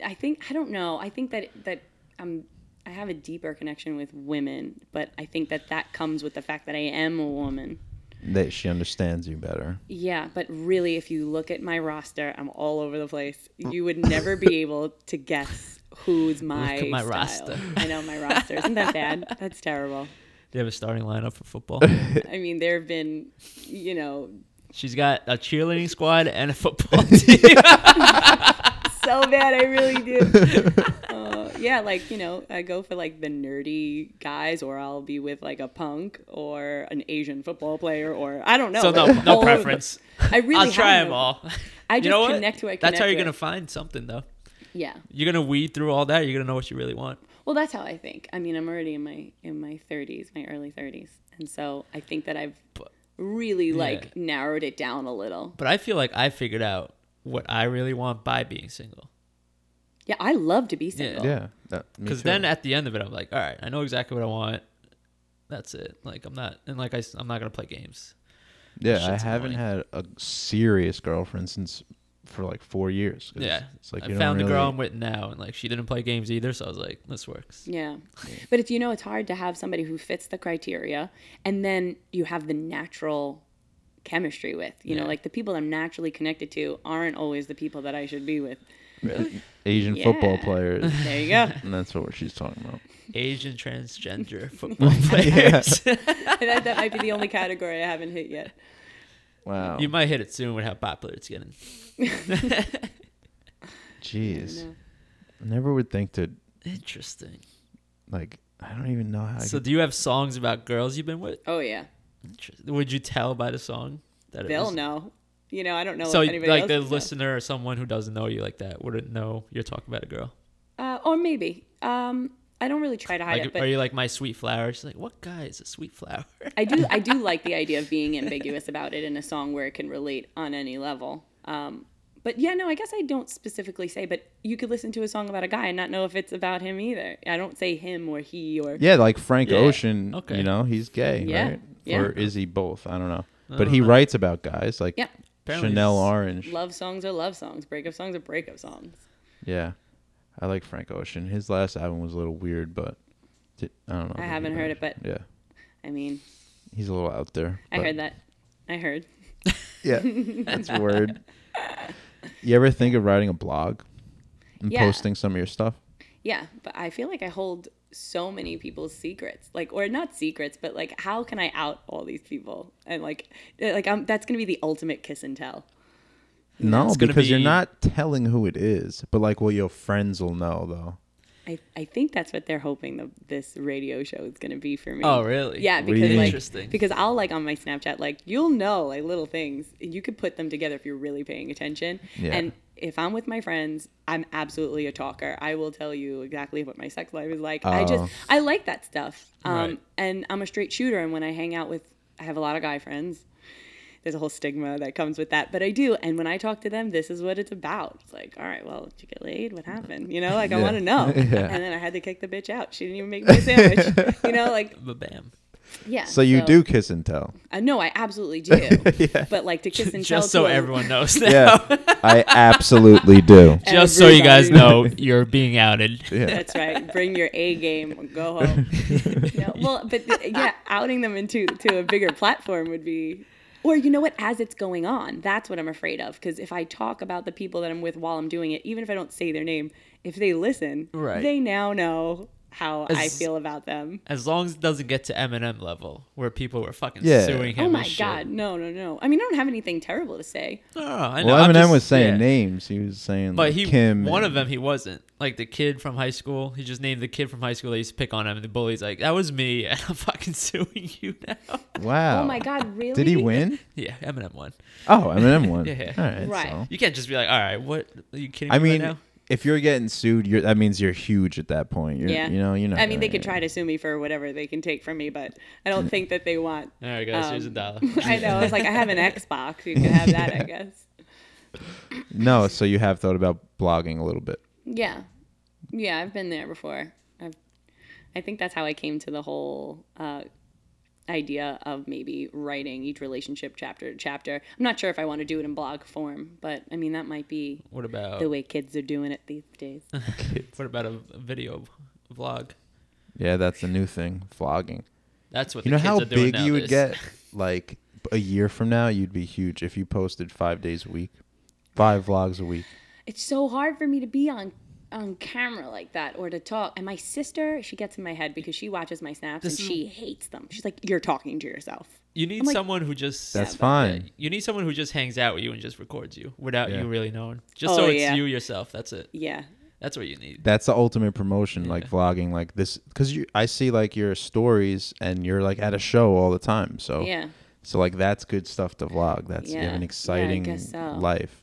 I think I don't know. I think that that I'm I have a deeper connection with women, but I think that that comes with the fact that I am a woman. That she understands you better. Yeah, but really, if you look at my roster, I'm all over the place. Mm. You would never be able to guess who's my, at my style. roster. I know my roster. Isn't that bad? That's terrible. They have a starting lineup for football. I mean, there have been, you know, She's got a cheerleading squad and a football team. so bad. I really do. Uh, yeah, like you know, I go for like the nerdy guys, or I'll be with like a punk or an Asian football player, or I don't know. So no, like, no all- preference. I Oh, really I'll try have them no- all. I You just know what? connect who I That's how connect you're gonna with. find something though. Yeah. You're gonna weed through all that. You're gonna know what you really want. Well, that's how I think. I mean, I'm already in my in my 30s, my early 30s, and so I think that I've really like Yeah. narrowed it down a little. But I feel like I figured out what I really want by being single. Yeah, I love to be single. Yeah. that- me Because too. then at the end of it, I'm like, all right, I know exactly what I want. That's it. Like I'm not, and like I, am not gonna play games. yeah, I shit's haven't had a serious girlfriend since for like four years. 'cause Yeah, It's like I you found don't the girl really- I'm with now, and like she didn't play games either. So I was like, this works. Yeah. But it's, you know, it's hard to have somebody who fits the criteria and then you have the natural chemistry with. You Yeah. know, like the people I'm naturally connected to aren't always the people that I should be with. Asian football Yeah. players. There you go. and that's what she's talking about. Asian transgender football players. that, that might be the only category I haven't hit yet. Wow. you might hit it soon with how popular it's getting. Jeez. know. Never would think to Interesting. like. I don't even know how. I So could- do you have songs about girls you've been with? Oh, yeah. Interest- Would you tell by the song that it They'll was- know. You know, I don't know So if anybody like else the would know. listener or someone who doesn't know you like that wouldn't know you're talking about a girl. Uh, or maybe. Um, I don't really try to hide Like, it, but are you like my sweet flower? She's like, what guy is a sweet flower? I do I do like the idea of being ambiguous about it in a song where it can relate on any level. Um, but yeah, no, I guess I don't specifically say, but you could listen to a song about a guy and not know if it's about him either. I don't say him or he or yeah, like Frank Yeah. Ocean. Okay. You know, he's gay, Yeah. right? Yeah. Or is he both? I don't know. But he writes about guys like Yeah. Apparently Chanel he's- Orange. love songs are love songs, breakup songs are breakup songs. Yeah, I like Frank Ocean. His last album was a little weird, but di- I don't know. if I you haven't heard it, but Yeah, I mean, he's a little out there. I but- heard that. I heard. Yeah, that's a word. You ever think of writing a blog and Yeah. posting some of your stuff? Yeah, but I feel like I hold so many people's secrets, like or not secrets, but like how can I out all these people? And like, eh, like I'm, that's gonna be the ultimate kiss and tell. No, It's gonna because you're be- not telling who it is, but like, well, your friends will know though. I, I think that's what they're hoping the, this radio show is going to be for me. Oh, really? Yeah, do you because mean? like Interesting. because I'll like on my Snapchat like you'll know like little things. You could put them together if you're really paying attention. Yeah. And if I'm with my friends, I'm absolutely a talker. I will tell you exactly what my sex life is like. I Oh. just I like that stuff. Um Right. and I'm a straight shooter and when I hang out with I have a lot of guy friends. There's a whole stigma that comes with that, but I do. And when I talk to them, this is what it's about. It's like, all right, well, did you get laid? What happened? You know, like I Yeah. want to know. Yeah. And then I had to kick the bitch out. She didn't even make me a sandwich. you know, like Ba bam. yeah. So you do kiss and tell. Uh, no, I absolutely do. But like to kiss and tell Just so to a- everyone knows now. Yeah, I absolutely do. Just so you guys know Everybody. you're being outed. Yeah. That's right. Bring your A game. Go home. You know, Well, but th- yeah, outing them into to a bigger platform would be. Or you know what? As it's going on, that's what I'm afraid of. Because if I talk about the people that I'm with while I'm doing it, even if I don't say their name, if they listen, Right. they now know how I As- feel about them. As long as it doesn't get to Eminem level where people were fucking Yeah. suing him. Oh and my shit. god, no, no, no. I mean, I don't have anything terrible to say. No, no, Ah, I know. Well, I'm Eminem just- was saying yeah. names. He was saying, But like, he, Kim. one and- of them, he wasn't like the kid from high school. He just named the kid from high school. They used to pick on him, and the bully's like, "That was me, and I'm fucking suing you now." Wow. Oh my god, really? Did he win? yeah, Eminem won. Oh, Eminem won. Yeah. All right. Right. so. You can't just be like, "All right, what? Are you kidding me?" I mean, right now? if you're getting sued, you're, that means you're huge at that point. You're, Yeah. You know, you know. I mean, they could try to sue me for whatever they can take from me, but I don't think that they want. all right, guys, here's a um, dollar. I know. I was like, I have an Xbox. You can have that, I guess. No, so you have thought about blogging a little bit. Yeah. Yeah, I've been there before. I've, I think that's how I came to the whole uh, idea of maybe writing each relationship chapter to chapter. I'm not sure if I want to do it in blog form, but I mean, that might be What Oh. about the way kids are doing it these days. what about a a video vlog? Yeah, that's the new thing, vlogging. That's what You the know kids how are doing big you would nowadays. get? Like a year from now, you'd be huge if you posted five days a week, five vlogs a week. it's so hard for me to be on on camera like that or to talk. And my sister, she gets in my head because she watches my snaps This and is- she hates them. She's like, "You're talking to yourself." You need I'm like, someone who just That's Yeah, fine. You need someone who just hangs out with you and just records you without Yeah. you really knowing. Just Oh, so it's yeah. you yourself. That's it. Yeah. That's what you need. That's the ultimate promotion, like vlogging, like this, because you I see like your stories and you're like at a show all the time. Oh. So Yeah. so like that's good stuff to vlog. That's you Yeah. have Yeah, I an exciting guess so. life,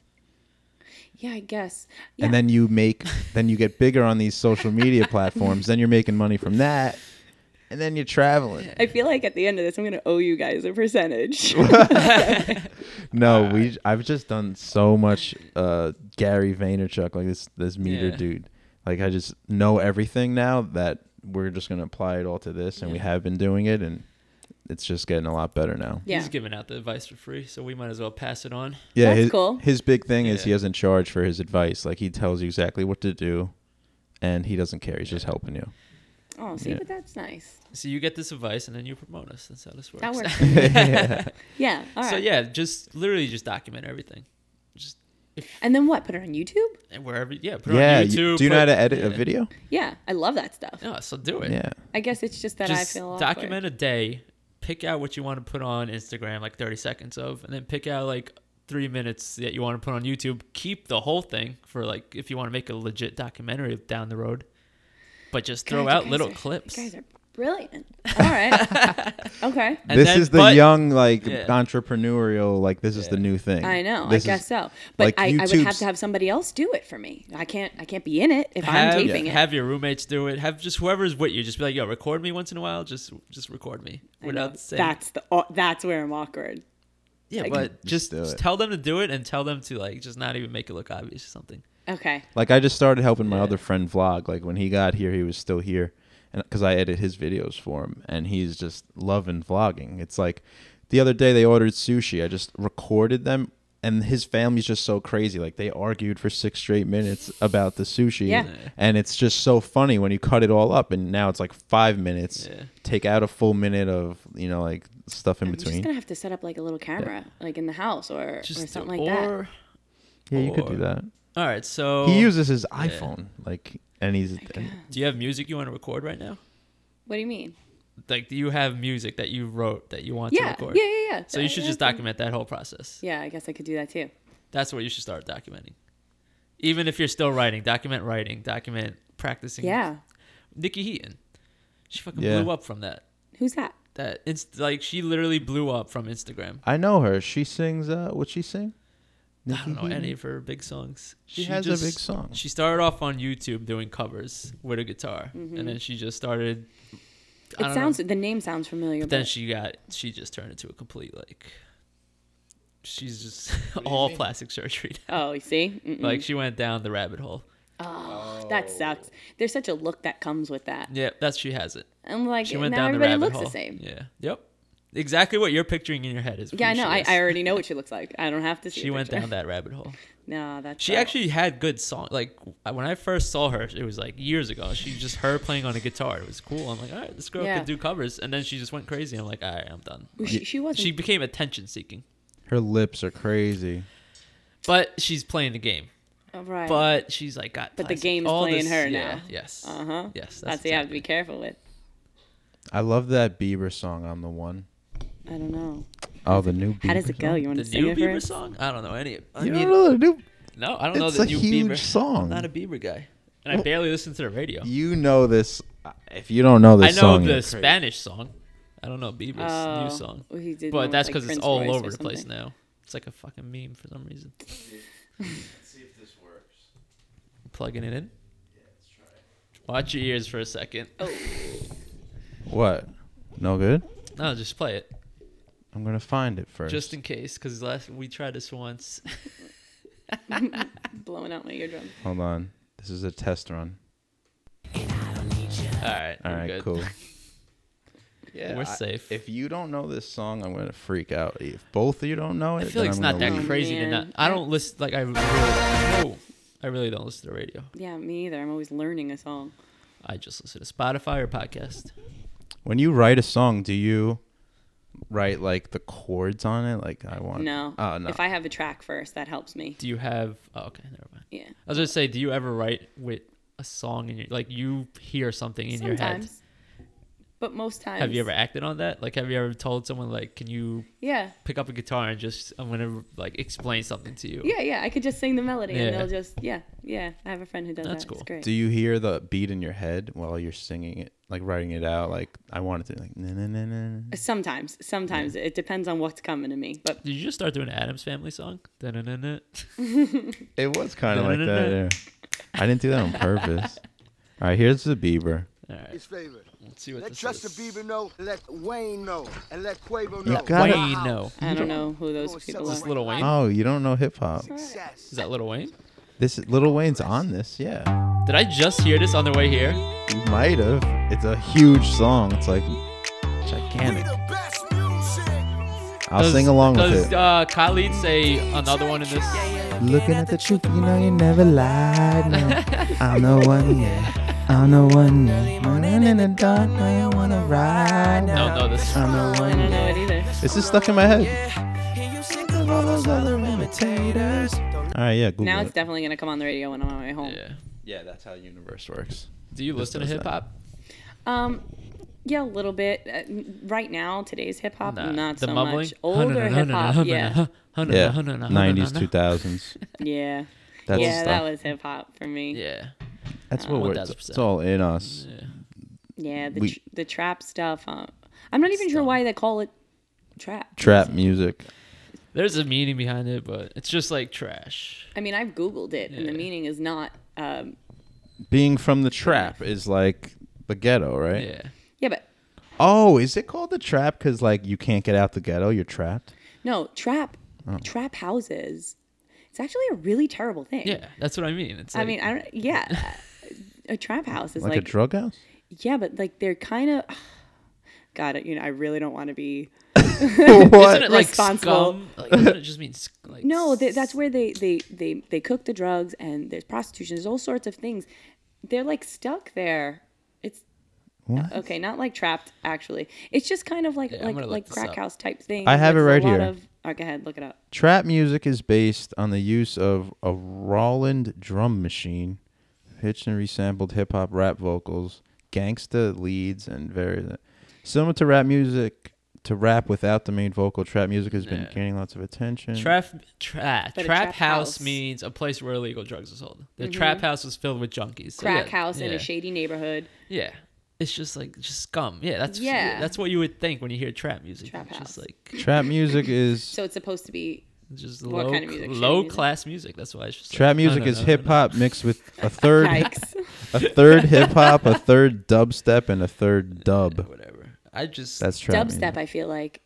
Yeah, I guess. Yeah. and then you make, then you get bigger on these social media platforms. Then you're making money from that, and then you're traveling. I feel like at the end of this, I'm going to owe you guys a percentage. No, we. I've just done so much. Uh, Gary Vaynerchuk, like this this meter Yeah. dude. Like I just know everything now that we're just gonna apply it all to this, and we have been doing it, and it's just getting a lot better now. yeah. He's giving out the advice for free, so we might as well pass it on. Yeah, That's his, cool. His big thing is he Yeah. doesn't charge for his advice. Like he tells you exactly what to do, and he doesn't care. He's just helping you. Oh, see, Yeah. but that's nice. So you get this advice, and then you promote us. That's how this works. That works. yeah. All right. So yeah, just literally just document everything, just And then what? Put it on YouTube? and wherever. Yeah, put it yeah. on you- YouTube. do you know put- how to edit a yeah. video? Yeah. I love that stuff. No, so do it. Yeah. I guess it's just that I just feel awkward. document a day. Pick out what you want to put on Instagram, like 30 seconds of, and then pick out like three minutes that you want to put on YouTube. Keep the whole thing for like if you want to make a legit documentary down the road, but just throw God, you out guys little are- clips. You guys are brilliant. All right. okay. And this then- is the but- young, like Yeah. entrepreneurial, like this is the new thing. I know. This I is- guess so. But like I, I would have YouTube's- to have somebody else do it for me. I can't. I can't be in it if have, I'm taping it. have your roommates do it. Have just whoever's with you. Just be like, yo, record me once in a while. Just just record me I know. without saying. that's the. aw- That's where I'm awkward. yeah, but just, do just it. tell them to do it and tell them to like just not even make it look obvious or something. Okay. Like I just started helping my other friend vlog. Like when he got here, he was still here, and because I edit his videos for him, and he's just loving vlogging. It's like the other day they ordered sushi. I just recorded them, and his family's just so crazy. Like they argued for six straight minutes about the sushi, Yeah. and it's just so funny when you cut it all up, and now it's like five minutes. Yeah. Take out a full minute of you know like stuff in I'm just between. gonna have to set up like a little camera, like in the house or Just or do- something like that. or, yeah, you could or- do that. All right, Oh. so He uses his iPhone, like, and he's do you have music you want to record right now? What do you mean? like do you have music that you wrote that you want to Yeah. record Yeah. Yeah. Yeah. so you should just document that whole process Yeah. I guess I could do that too. that's what you should start documenting even if you're still writing document writing document practicing Yeah. nikki heaton she fucking Yeah. blew up from that Who's that? that inst- like she literally blew up from instagram I know her. She sings. Uh, what she sing? i don't know any of her big songs Mm-hmm. She has a big song. she started off on youtube doing covers with a guitar and then she just started I Mm-hmm. It don't sounds. know. The name sounds familiar. But then she got she just turned into a complete like she's just all plastic surgery now. oh, you see. Mm-mm. Like she went down the rabbit hole. Oh. That sucks. There's such a look that comes with that. Yeah, that's she has it. I'm like, She went now down the everybody rabbit looks hole. the same. Yeah, Yeah. Yep. Exactly what you're picturing in your head is. who I know. she I, is. I already know what she looks like. I don't have to see. she a went picture. down that rabbit hole. No, that's She actually had good song. Like uh, when I first saw her, it was like years ago. She just her playing on a guitar. It was cool. I'm like, all right, this girl Yeah. can do covers. And then she just went crazy. I'm like, all right, I'm done. Well, she, she wasn't. She became attention seeking, Her lips are crazy. but she's playing the game. oh, right. But she's like got. But the plastic- game's all playing this- her yeah, now. Yes. uh huh. Yes. That's, what you have to exactly- be careful with. I love that Bieber song. I'm the one. I don't know. Oh, the new. Bieber How does it go? song? You want to The sing new it for Bieber us? song? I don't know any. I You mean, don't know the new. No, I don't know It's the a new huge Bieber song. I'm not a Bieber guy, and I barely listen to the radio. You know this. If you don't know I this know song, the you're crazy. Spanish song. I don't know Bieber's Oh, new song, well, he did but one with, that's like, because it's Prince all Royce or over the place something. now. It's like a fucking meme for some reason. Plugging it in. Watch your ears for a second. Oh, What? No good. No, just play it, I'm gonna find it first. just in case, because last we tried this once. Blowing out my eardrum. Hold on. This is a test run. all right. All we're right, good. cool. We're safe. If you don't know this song, I'm gonna freak out. If both of you don't know I it, feel like it's not that leave. crazy Oh, to not. man. I don't listen. Like I really, whoa, I really don't listen to the radio. Yeah, me either. I'm always learning a song. I just listen to Spotify or podcast. When you write a song, do you write like the chords on it? Like I want. No. Oh no. If I have a track first, that helps me. Do you have? Oh, okay, never mind. Yeah. I was gonna say, do you ever write with a song in your like you hear something in your head? Sometimes. but most times. Have you ever acted on that? Like, have you ever told someone like, "Can you Yeah. pick up a guitar and just I'm gonna like explain something to you"? Yeah, yeah. I could just sing the melody and Yeah. they'll just, yeah, yeah. I have a friend who does That's that. cool. It's great. Do you hear the beat in your head while you're singing it, like writing it out? Like I wanted to, like na na na na. sometimes, sometimes it depends on what's coming to me. But Did you just start doing an Adams Family song? Da-na-na-na. It was kind of like that. Yeah. I didn't do that on purpose. All right, here's the Bieber. All right, his favorite. let's see what Let this Justin is. Bieber know, let Wayne know, and let Quavo You know. got it. Wayne, no. I don't know who those Oh, people so- Is are. this Little Wayne? Oh, you don't know hip hop. Is that Little Wayne? This Little Wayne's on this. Yeah, Did I just hear this on the way here? you might have. It's a huge song. It's like gigantic. I'll Does- sing along does, with it. uh, Khalid say another one in this? Looking at the truth, you know you never lied. No. I'm the one. Yeah. I'm the one. Yeah. Running in the dark, now you wanna ride. I Now. don't know this. I'm the I one. don't know it either. It's just stuck in my head. All right, yeah, Google Now it's it. definitely going to come on the radio when I'm on my way home. Yeah. Yeah, that's how universe works. Do you listen to does hip that. hop? Um, yeah, a little bit. Uh, n- right now, today's hip hop, Nah. not the so mumbling? much. Older hip hop, yeah, Yeah, 90s, 2000s. yeah, That's yeah. stuff. That was hip hop for me. Yeah, Yeah. that's what we're. It's, 1000%. it's all in us. the We- tr- the trap stuff. Um, I'm not even sure why they call it trap. Trap music. There's a meaning behind it, but it's just like trash. I mean, I've googled it, and the Yeah. meaning is not. Um, Being from the trap is like the ghetto, right? Yeah. yeah, but Oh, is it called the trap because like you can't get out the ghetto? You're trapped. no trap. Oh. Trap houses. It's actually a really terrible thing. Yeah. That's what I mean. It's like, I mean, I don't. Yeah, a trap house is Like, like, a drug house. yeah, but like they're kind of. God, you know, I really don't want to be isn't what? it like responsible. scum? Like, doesn't it just mean sc- like No, they, that's where they, they they they cook the drugs and there's prostitution. There's all sorts of things. They're like stuck there. It's What? okay, not like trapped actually. It's just kind of like I'm like gonna look like this crack up. house type thing. I have It's it a right lot here. Of, oh, go ahead, look it up. Trap music is based on the use of a Roland drum machine, pitched and resampled hip hop rap vocals, gangsta leads, and various. Similar to rap music, to rap without the main vocal, trap music has been Yeah. gaining lots of attention. Trap, tra- trap, But a trap house, house- Mm-hmm. means a place where illegal drugs are sold. The trap house was filled with junkies. So Crack yeah, house in yeah, a shady neighborhood. Yeah, it's just like just scum. Yeah, that's yeah. Yeah. that's what you would think when you hear trap music. Trap it's just house. like Trap music is So it's supposed to be just What low kind of music? Shitty low music? class music. That's why it's just trap like, no, music no, is no, no, hip no. hop mixed with a third, yikes. a third hip hop, a third dubstep, and a third dub. Whatever. I just That's trap Dubstep, I feel like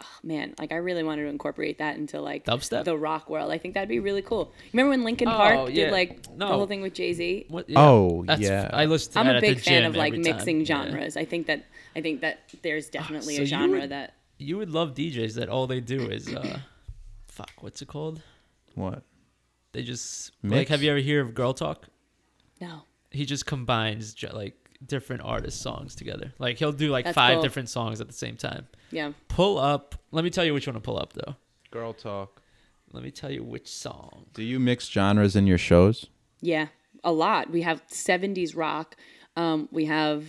oh, man, like I really wanted to incorporate that into like Dubstep? the rock world. I think that'd be really cool. Remember when Linkin Oh, Park yeah. did like No. the whole thing with Jay Z? What, yeah, Oh, that's- yeah. I listen to I'm that a at the big fan gym of like every time. mixing Yeah. Ah, genres. I think that I think that there's definitely so a you genre would- that You would love DJs that all they do is uh, fuck. What's it called? What? They just like. Mix? Have you ever heard of Girl Talk? no. he just combines ju- like different artists' songs together. Like he'll do like That's five cool. different songs at the same time. Yeah. Pull up. Let me tell you which one to pull up though. Girl talk. Let me tell you which song. Do you mix genres in your shows? Yeah. A lot. We have 70s rock. Um, we have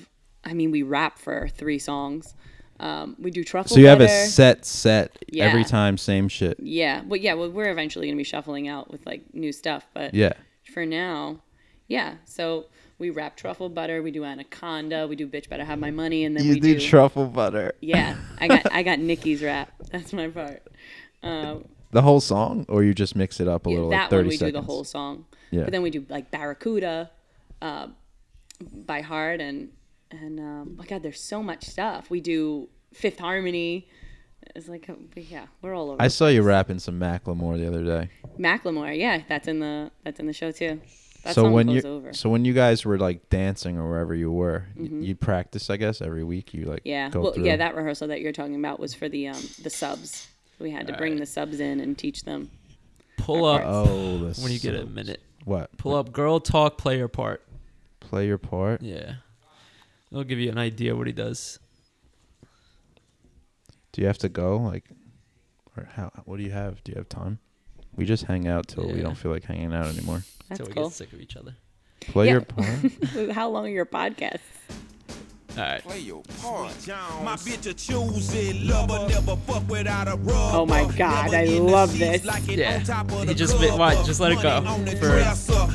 I mean we rap for three songs. Um, we do truffle So you have a butter. set set every Yeah. time, same shit. Yeah. Well yeah, well we're eventually going to be shuffling out with like new stuff, but Yeah. for now, yeah. So we rap truffle butter, we do anaconda, we do bitch better have my money and then we do truffle butter. Yeah. I got I got Nikki's rap. That's my part. The whole song, or you just mix it up a Yeah, little, that like thirty one we seconds. do the whole song. Yeah. But then we do like Barracuda, uh, by heart, and and um, my God, there's so much stuff. We do Fifth Harmony. It's like, but yeah, we're all over. I saw you rapping some Macklemore the other day. Macklemore, yeah, that's in the that's in the show too. That so song when goes you, over. Mm-hmm. so when you guys were like dancing or wherever you were, y- you practice, I guess, every week. You like, yeah, go well, through. yeah, that rehearsal that you're talking about was for the um the subs. We had to bring the subs in and teach them. Pull up Oh, the when you get a song. minute. What? Pull up Girl Talk Player Part. Play your part. Yeah. It'll give you an idea what he does. Do you have to go? Like, or how? What do you have? Do you have time? We just hang out till we Yeah. don't feel like hanging out anymore. That's we cool. get sick of each other. Play Yeah. your part. How long are your podcasts? All right. Play your part. My bitch a choose it, lover, never fuck without a rubber. Oh my God, I love this. Yeah. He just bit- why- just let it go for-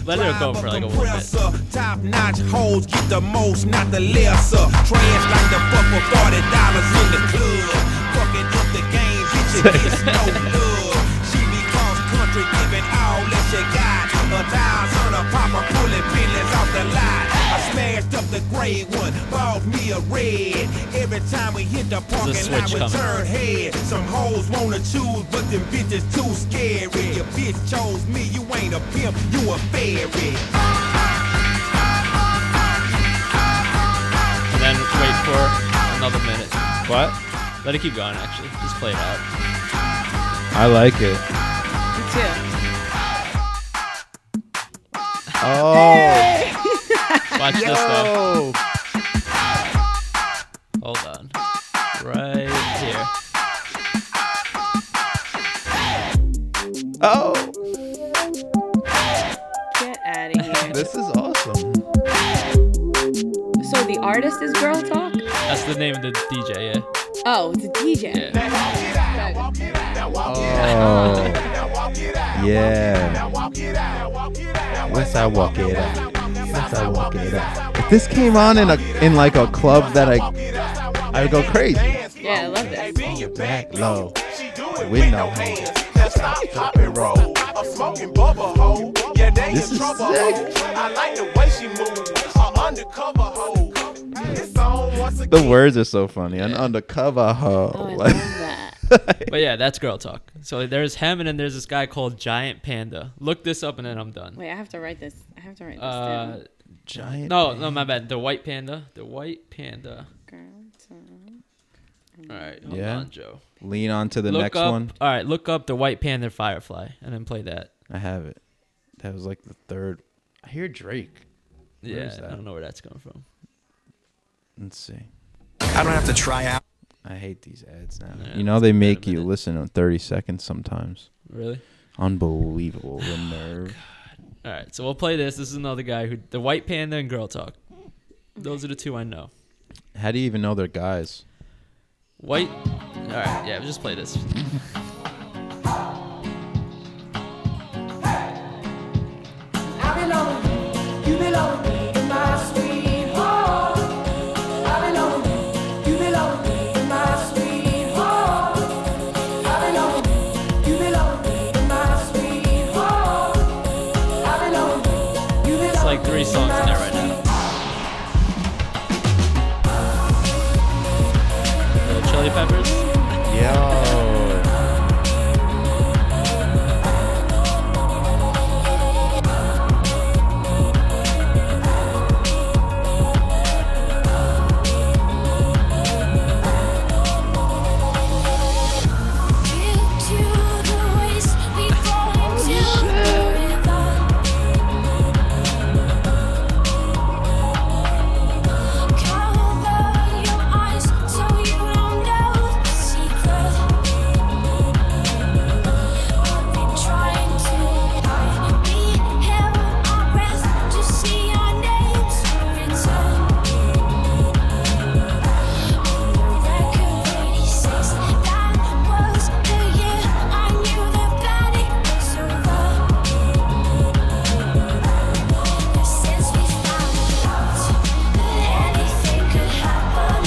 let it go for like a little bit. Top notch hoes get the most, not the lesser. Trans like the fuck for forty dollars in the club. Fucking up the game, bitch, it gets no love. She be cross country, giving all that she got. A thousand on a popper, pulling pennies off the lot. I smashed up the gray one, bought me a red. Every time we hit the parking lot, switch we coming. turn head. Some hoes wanna choose, but them bitches too scary. Your bitch chose me, you ain't a pimp, you a fairy. And then wait for another minute. What? Let it keep going, actually. Just play it out. I like it. Me too. Oh. Watch this, though. Oh. Hold on. Right here. Oh. Get out of here. This is awesome. so the artist is Girl Talk? That's the name of the DJ, yeah. Oh, it's a DJ. Yeah. Oh. Yeah. Once I walk it out. Once I walk it out. If this came on in a in like a club that I I would go crazy. Yeah, I love this. Back low. With no hands. This is sick. The words are so funny. An undercover Oh, I hoe. love that. But yeah, that's girl talk. So there's him, and then there's this guy called Giant Panda. Look this up, and then I'm done. Wait, I have to write this. I have to write this Uh, down. Giant. no, no, my bad. The white panda. The white panda. Girl Talk. All right, hold Yeah. on, Joe. Lean on to the Look next up. one. All right, look up the white panda firefly, and then play that. I have it. That was like the third. I hear Drake. Where yeah, is that? I don't know where that's coming from. Let's see. I don't have to try out. I hate these ads now. Yeah, you know they make a you minute. listen in 30 seconds sometimes. Really? Unbelievable. The nerve. All right, so we'll play this. This is another guy who the white panda and girl talk. Those are the two I know. How do you even know they're guys? White. All right, yeah, just play this. It's like three songs in there right now. The Chili Peppers. Yo.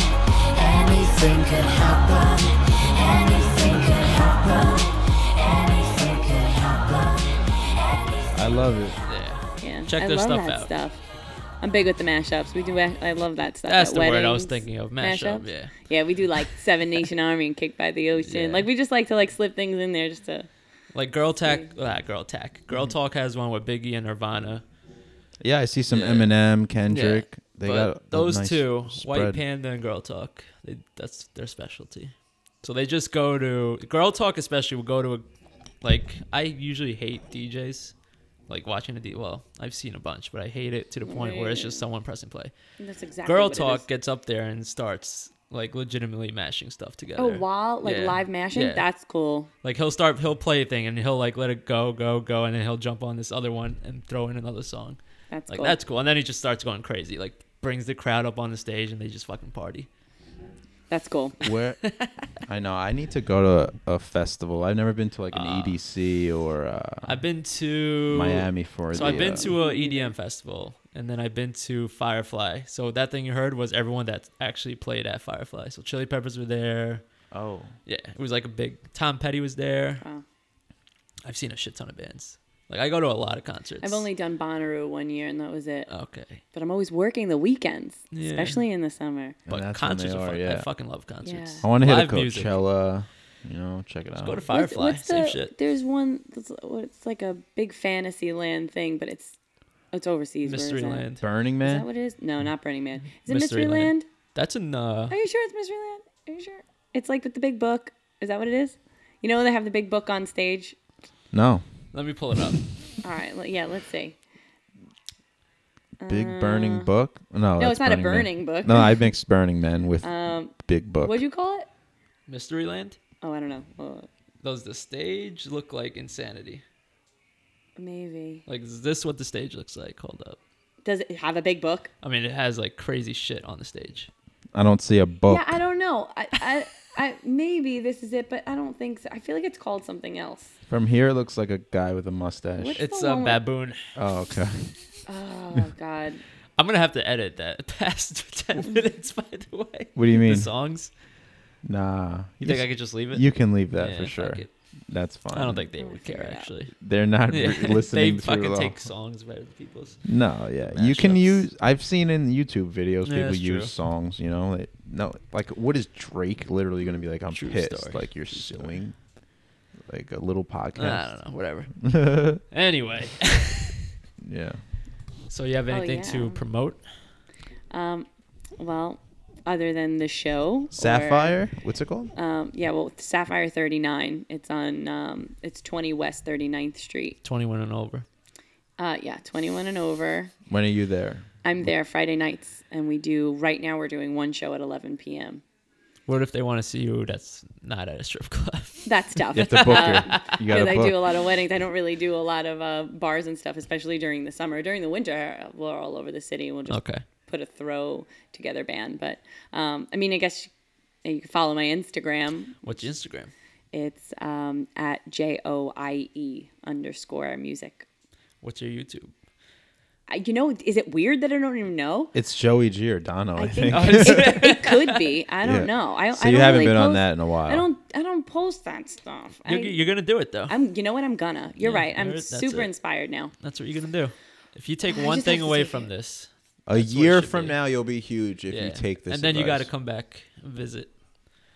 Anything could happen, anything could happen, anything could happen, anything I love it. Yeah. Yeah. Check I their love stuff that out. Stuff. I'm big with the mashups. We do. I love that stuff. That's at the word I was weddings. thinking of, mashup, yeah. Yeah, we do like Seven Nation Army and Kicked by the Ocean. Yeah. Like we just like to like slip things in there just to. Like Girl Tack, ah, Girl Tack. Girl Talk has one with Biggie and Nirvana. Yeah, I see some Eminem, Kendrick. They but got a those nice two, White spread. Panda and Girl Talk, they, that's their specialty. So they just go to Girl Talk, especially will go to a like I usually hate DJs, like watching a D. Well, I've seen a bunch, but I hate it to the point where it's just someone pressing play. That's exactly. Girl what it is. Talk gets up there and starts like legitimately mashing stuff together. Oh, while like Yeah. live mashing, Yeah. that's cool. Like he'll start, he'll play a thing, and he'll like let it go, go, go, and then he'll jump on this other one and throw in another song. That's Like cool. that's cool. And then he just starts going crazy, like brings the crowd up on the stage and they just fucking party. That's cool. Where I know I need to go to a festival. I've never been to like an EDC or uh, I've been to Miami for So the, I've been uh, to a EDM festival, and then I've been to Firefly. So that thing you heard was everyone that actually played at Firefly. So Chili Peppers were there. oh Yeah, it was like a big. Tom Petty was there. Wow. I've seen a shit ton of bands. Like I go to a lot of concerts. I've only done Bonnaroo one year and that was it. okay, But I'm always working the weekends, Yeah. especially in the summer. but that's when concerts they are, are, fun. I yeah. fucking love concerts. Yeah. I want to hit a Live music. Coachella. You know, check it Go out. to What's- Firefly. what's Same the- shit. There's one. That's, what- it's like a big fantasy land thing, but it's it's overseas. Where is Mystery that? Land. Burning Is Man. that what it is? No, not Burning Man. Is it Mystery Mystery, Land. Land? That's in uh, Are you sure it's Mystery Land? Are you sure? It's like with the big book. Is that what it is? You know when they have the big book on stage? no, Let me pull it up. All right. le- Yeah. Let's see. Big Burning Book. No, no, that's it's not a Man. burning book. Uh, No, I mix Burning Man with Big Book. Um, What'd you call it? Mystery Land. Oh, I don't know. Uh, Does the stage look like insanity? maybe. Like is this what the stage looks like? Hold up. Does it have a big book? I mean, it has like crazy shit on the stage. I don't see a book. Yeah, I don't know. I, I, I, maybe this is it, but I don't think so. I feel like it's called something else. From here, it looks like a guy with a mustache. What- It's a the um, one with- baboon. Oh, okay. Oh God. I'm gonna have to edit that past ten minutes. By the way, What do you the mean? songs. Nah. You think I could just leave it? You can leave that Yeah, for fuck sure. it. That's fine. I don't think they I'll would figure care it out. actually. they're not re- Yeah. listening they to it. fucking all. take songs better than people's. No, yeah. You can Mashups. use I've seen in YouTube videos Yeah, people that's use true. songs, you know. They, no, like what is Drake literally going to be like I'm True pissed story. like you're suing like a little I podcast. don't know. Whatever. anyway, Yeah. so you have anything to Oh, yeah. promote? Well, other than the show. or- Sapphire, what's it called? um, yeah. Well, Sapphire 39. It's on. Um, it's 20 West 39th Street. Twenty-one and over. Uh, yeah, 21 and over. when are you there? I'm there Friday nights, and we do. Right now, we're doing one show at 11 p.m. What if they want to see you? That's not at a strip club. That's tough. You have to book her. You got to Because book. I do a lot of weddings. I don't really do a lot of uh, bars and stuff, especially during the summer. During the winter, we're all over the city. We'll just Okay. put a throw together band. But um, I mean, I guess you, you can follow my Instagram. What's your Instagram? It's um, at J O I E underscore music. What's your YouTube? I, you know, is it weird that I don't even know? It's Joey Giordano, I, I think. think Oh, it, it could be. I don't Yeah. know. I, So I you don't haven't really been on post- that in a while. I don't. I don't post that stuff. You're, I, you're gonna do it though. I'm. You know what? I'm gonna. You're Yeah, right. I'm you're- that's super it. inspired now. That's what you're gonna do. If you take I one just have thing to away take from it. this, A what it year should from be. now you'll be huge if yeah. you take this and then you got to advice. come back and visit.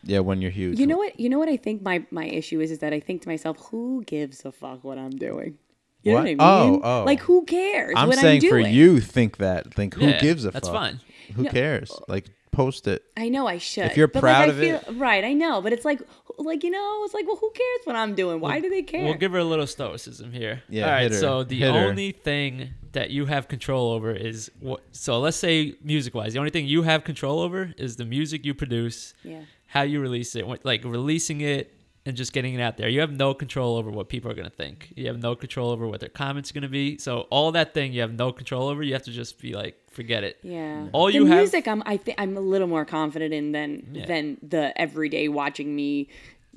Yeah, when you're huge. You know what? You know what I think my my issue is is that I think to myself, who gives a fuck what I'm doing? You What? know what I Oh, mean? oh. Like who cares I'm what saying I'm for doing? you think that. Think who Yeah, gives a that's fuck? fine. Who cares? Like post it. I know I should. you're but proud like, of I feel, it, right? I know, but it's like, like you know, it's like, well, who cares what I'm doing? Why do they care? We'll give her a little stoicism here. Yeah, All right. hit her. So the Hit her. only thing that you have control over is what. So let's say music-wise, the only thing you have control over is the music you produce, Yeah. how you release it, what- like releasing it and just getting it out there. You have no control over what people are gonna think. You have no control over what their comments are gonna be. So all that thing you have no control over. You have to just be like, forget it. yeah. All the you have- music, I'm I think I'm a little more confident in than Yeah. than the everyday watching me.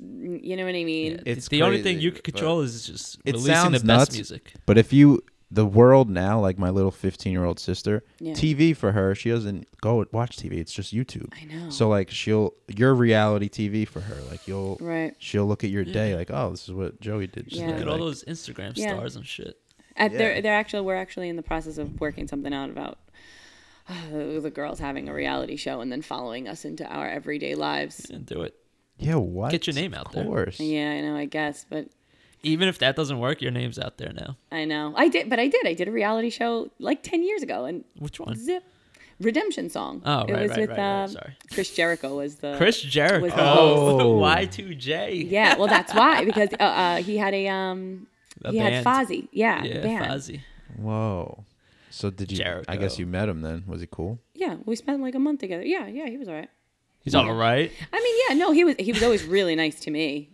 You know what I mean? It's the only thing crazy, you can but- control is just It releasing sounds the best nuts, music. But if you the world now, like my little 15 year old sister, Yeah. TV for her, she doesn't go watch TV. It's just YouTube. I know. So like she'll your reality TV for her. Like you'll Right. She'll look at your day like, oh, this is what Joey did. Yeah. today. Look at all Like, those Instagram Yeah. stars and shit. At Yeah. they're they're actually we're actually in the process of working something out about uh, the girls having a reality show and then following us into our everyday lives. And do it. yeah, what? Get your name out of there. course. Yeah, I know, I guess, but Even if that doesn't work, your name's out there now. I know I did, but I did. I did a reality show like ten years ago, and Which one? zip, redemption song. Oh, it right, was right, with right, right, um, sorry. Chris Jericho was the Chris Jericho. was the host. Oh. Y2J. Yeah, well, that's why because uh, uh, he had a um, A he band. had Fozzy, yeah, Yeah, band. Fozzy. Whoa. So did you? I guess Jericho. you met him then. Was he cool? yeah. We spent like a month together. Yeah, yeah, he was all right. He's all right. I mean, yeah, no, he was he was always really nice to me.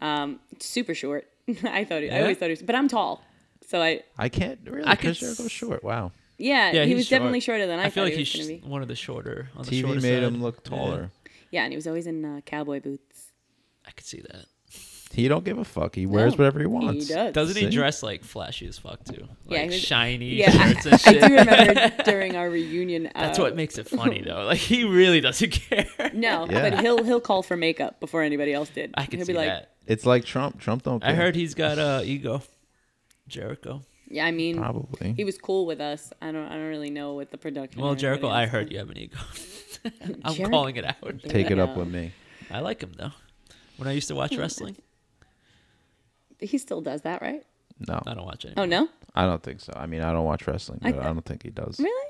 Um, super short. I thought he, I Yeah? always thought he was, but I'm tall, so I I can't really. I Chris could s- Jericho's short. Wow. Yeah, Yeah, he he's was definitely short. shorter than I, I feel thought like he he's was going to be. one of the shorter on the shorter TV side. made him look Yeah, taller. Yeah, and he was always in uh, cowboy boots. I could see that. He don't give a fuck. He wears No, whatever he wants. Oh, He does. Doesn't he See? dress like flashy as fuck too? Yeah, Like he was- shiny Yeah, shirts I, and I shit. do remember during our reunion. That's uh, what makes it funny though. Like he really doesn't care. No, Yeah. but he'll he'll call for makeup before anybody else did. I can he'll see be like, that. It's like Trump. Trump don't. Care. I heard he's got uh ego. Jericho. Yeah, I mean, probably. he was cool with us. I don't I don't really know what the production. Well, or Jericho, anybody I else heard did. you have an ego. I'm Jericho- calling it out. Take it up Yeah. with me. I like him though. When I used to watch wrestling, He still does that, right? No, I don't watch it. Oh anymore. no, I don't think so. I mean, I don't watch wrestling, but I, I thi- don't think he does. really?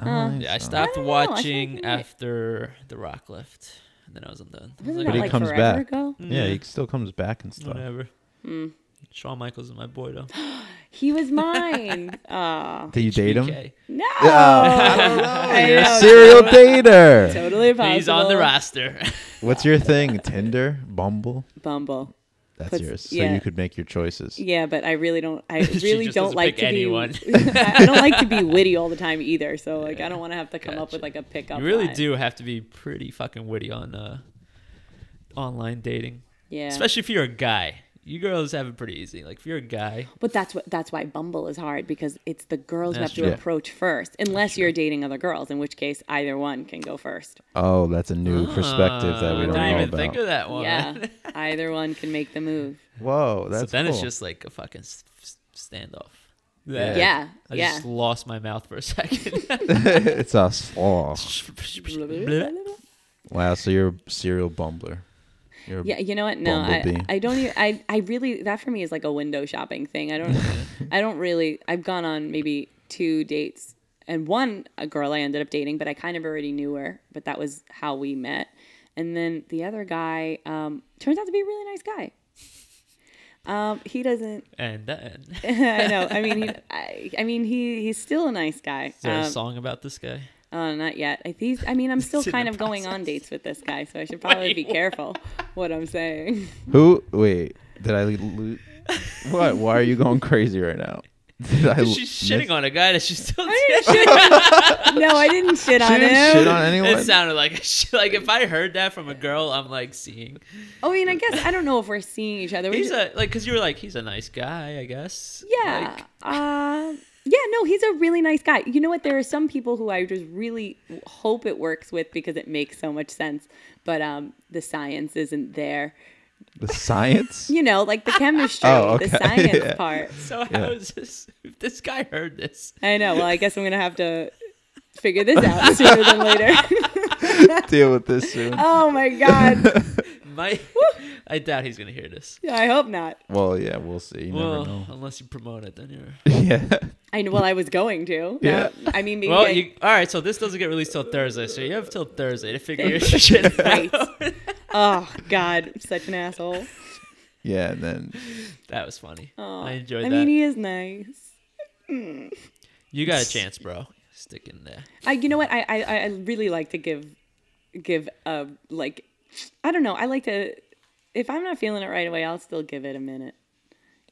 I don't think Yeah, I so. stopped I don't know. I feel like watching he might- after The Rock left, and then I was done. I was Wasn't like, "Ah, that he like comes forever back. ago? Yeah, he still comes back and stuff. whatever. Hmm. Shawn Michaels is my boy though. He was mine. Oh, Aw. Do you date him? HBK. no, Oh, you're a know, serial dater. totally possible. He's on the roster. What's your thing? Tinder, Bumble. Bumble. That's Puts- yours. So yeah. you could make your choices. Yeah, but I really don't. I She really just don't doesn't like pick to be. anyone. I I don't like to be witty all the time either. So like, I don't want to have to come up with like Gotcha. a pickup. you really line. do have to be pretty fucking witty on uh, online dating, Yeah. especially if you're a guy. You girls have it pretty easy. Like if you're a guy, But that's what that's why Bumble is hard because it's the girls who That's have to true. Yeah. approach first, unless you're dating other girls, in which case either one can go first. Oh, that's a new perspective that Uh, we don't I know didn't even about. think of that one. Yeah, either one can make the move. Whoa, that's so then it's cool. just like a fucking s- s- standoff. Yeah. Yeah, I yeah. just lost my mouth for a second. it's a slaw. Blah. Wow, so you're a serial bumbler. You're Yeah, you know what? No, I, Bumblebee. I don't. Even, I I really that for me is like a window shopping thing. I don't I don't really. I've gone on maybe two dates, and one a girl I ended up dating, but I kind of already knew her. But that was how we met. And then the other guy um, turns out to be a really nice guy. Um, he doesn't. and then I know. I mean, he, I, I mean, he he's still a nice guy. Is there a Um, song about this guy? Oh, not yet. I think. I mean, I'm still It's in kind the of going on dates with this guy, so I should probably be careful what I'm saying. Who? Wait, did I lose? what? Why are you going crazy right now? Did I? Oh, She's shitting on a guy that she's still. no, I didn't shit on She didn't him. shit on anyone. It sounded like like if I heard that from a girl, I'm like seeing. I mean, I guess I don't know if we're seeing each other. We're He's just- a like because you were like he's a nice guy, I guess. yeah, Like, uh, yeah. No, he's a really nice guy. You know what? There are some people who I just really hope it works with because it makes so much sense, but um, the science isn't there. the science? You know, like the chemistry, Oh, okay. the science Yeah. part. so how is this? If this guy heard this, I know. Well, I guess I'm gonna have to figure this out sooner than later. Deal with this soon. oh my god. my I doubt he's gonna hear this. I hope not. Well, yeah, we'll see. You Well, never know. unless you promote it, then you're. yeah. I well, I was going to. Yeah. I mean, maybe I, Well, you, all right. So this doesn't get released till Thursday, so you have till Thursday to figure your shit Right. out. Oh God, I'm such an asshole. Yeah, and then That was funny. I enjoyed I that. mean, he is nice. you got a chance, bro. Stick in there. I, you know what? I, I, I really like to give, give a like, I don't know. I like to. If I'm not feeling it right away, I'll still give it a minute.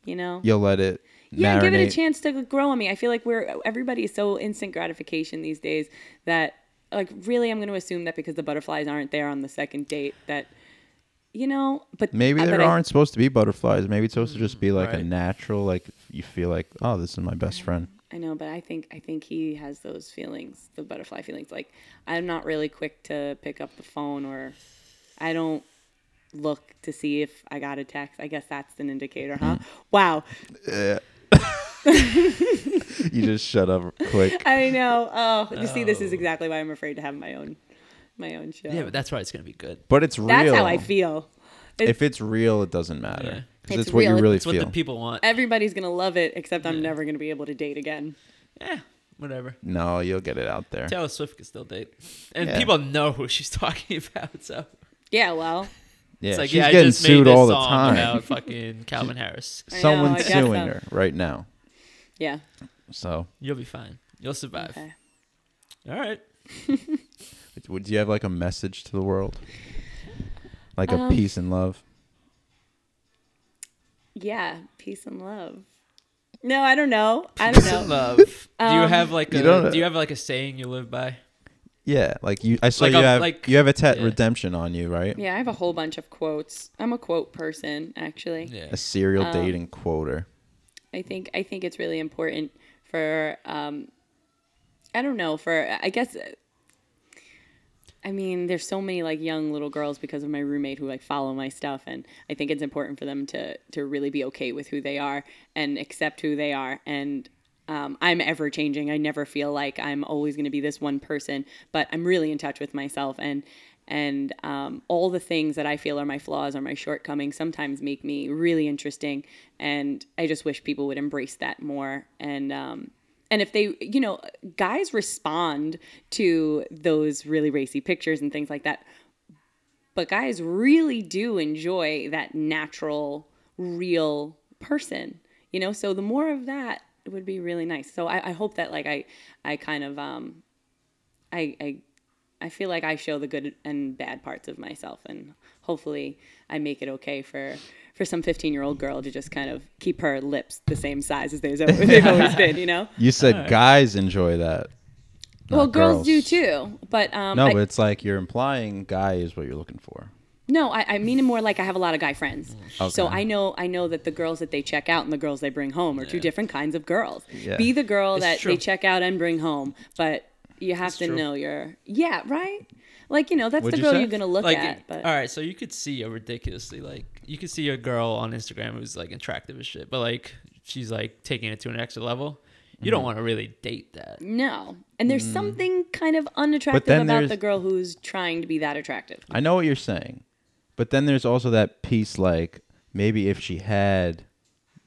You know. you'll let it. yeah, give it a marinate. chance to grow on me. I feel like we're everybody is so instant gratification these days that like really I'm going to assume that because the butterflies aren't there on the second date that you know, but Maybe uh, there but I- aren't supposed to be butterflies. Maybe it's supposed to just be like a right. natural, like you feel like, oh, this is my best friend. I know, but I think I think he has those feelings, the butterfly feelings. Like I'm not really quick to pick up the phone, or I don't look to see if I got a text. I guess that's an indicator, huh? Wow, You just shut up quick. I know. Oh, you see, this is exactly why I'm afraid to have my own my own show. Yeah, but that's why it's gonna be good. But it's real. that's how I feel. If it's real, it doesn't matter because It's it's, what real. you really It's what the feel. people want. Everybody's gonna love it, except I'm never gonna be able to date again. Yeah, whatever. no, you'll get it out there. Taylor Swift can still date, and Yeah. people know who she's talking about. So Yeah, well, Yeah, it's like, she's yeah, I getting just sued made this all the song time. about fucking Calvin Harris. know, I Someone's guess suing so. her right now. yeah. So, You'll be fine. You'll survive. Okay. All right. would do you have like a message to the world? Like Um, a peace and love? Yeah, peace and love. No, I don't know. I don't know. Um, Love. do you have like you a don't- do you have like a saying you live by? Yeah, like you. I saw Like you a- have like- you have a tat yeah. redemption on you, right? Yeah, I have a whole bunch of quotes. I'm a quote person, actually. Yeah. A serial Um, dating quoter. I think I think it's really important for um, I don't know for I guess uh, I mean there's so many like young little girls because of my roommate who like follow my stuff and I think it's important for them to to really be okay with who they are and accept who they are and um, I'm ever changing. I never feel like I'm always going to be this one person, but I'm really in touch with myself and and um, all the things that I feel are my flaws or my shortcomings sometimes make me really interesting. And I just wish people would embrace that more. And um, and if they, you know, guys respond to those really racy pictures and things like that, but guys really do enjoy that natural, real person, you know. So the more of that would be really nice. So I, I hope that like I, I kind of um, I, I, I feel like I show the good and bad parts of myself, and hopefully I make it okay for for some 15 year old girl to just kind of keep her lips the same size as they've always, they've always been, you know. You said guys enjoy that. well, not girls. do girls. too, but um, No, I- but it's like you're implying guy is what you're looking for. No, I, I mean it more like I have a lot of guy friends. So Mm. Okay. I know I know that the girls that they check out and the girls they bring home are two different kinds of girls. Yeah. Be the girl that true. they check out and bring home, but you have to true. know your yeah right. Like you know that's What'd the you girl say? you're gonna look Like at. But all right, so you could see a ridiculously like you could see a girl on Instagram who's like attractive as shit, but like she's like taking it to an extra level. You Mm-hmm. don't want to really date that. no, and there's something kind of unattractive Mm. then about there's- the girl who's trying to be that attractive. I know what you're saying, but then there's also that piece like maybe if she had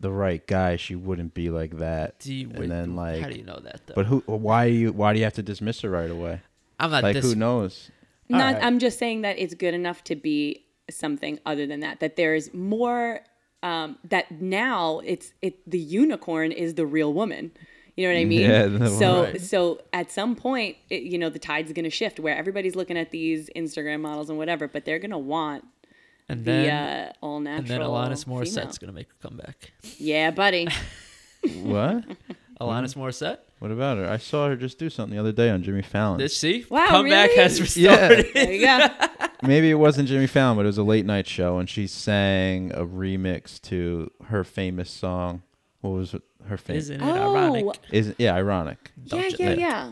the right guy, she wouldn't be like that. Do you, and then like, how do you know that though? but who? Why you? Why do you have to dismiss her right away? I'm not Like dis- who knows? Not I'm just saying that it's good enough to be something other than that. That there is more um, that now it's it the unicorn is the real woman. You know what I mean? Yeah, the- so right. so at some point, it, you know, the tide's going to shift where everybody's looking at these Instagram models and whatever, but they're going to want and the then uh, all natural. and then Alanis female. Morissette's gonna make a comeback. Yeah, buddy. What? Mm-hmm. Alanis Morissette. What about her? I saw her just do something the other day on Jimmy Fallon. This see Wow, comeback really? has Yeah. restored There you go. Maybe it wasn't Jimmy Fallon, but it was a late night show, and she sang a remix to her famous song. What was her famous? Isn't it Oh. ironic? Is yeah, ironic. yeah, you yeah, think? yeah.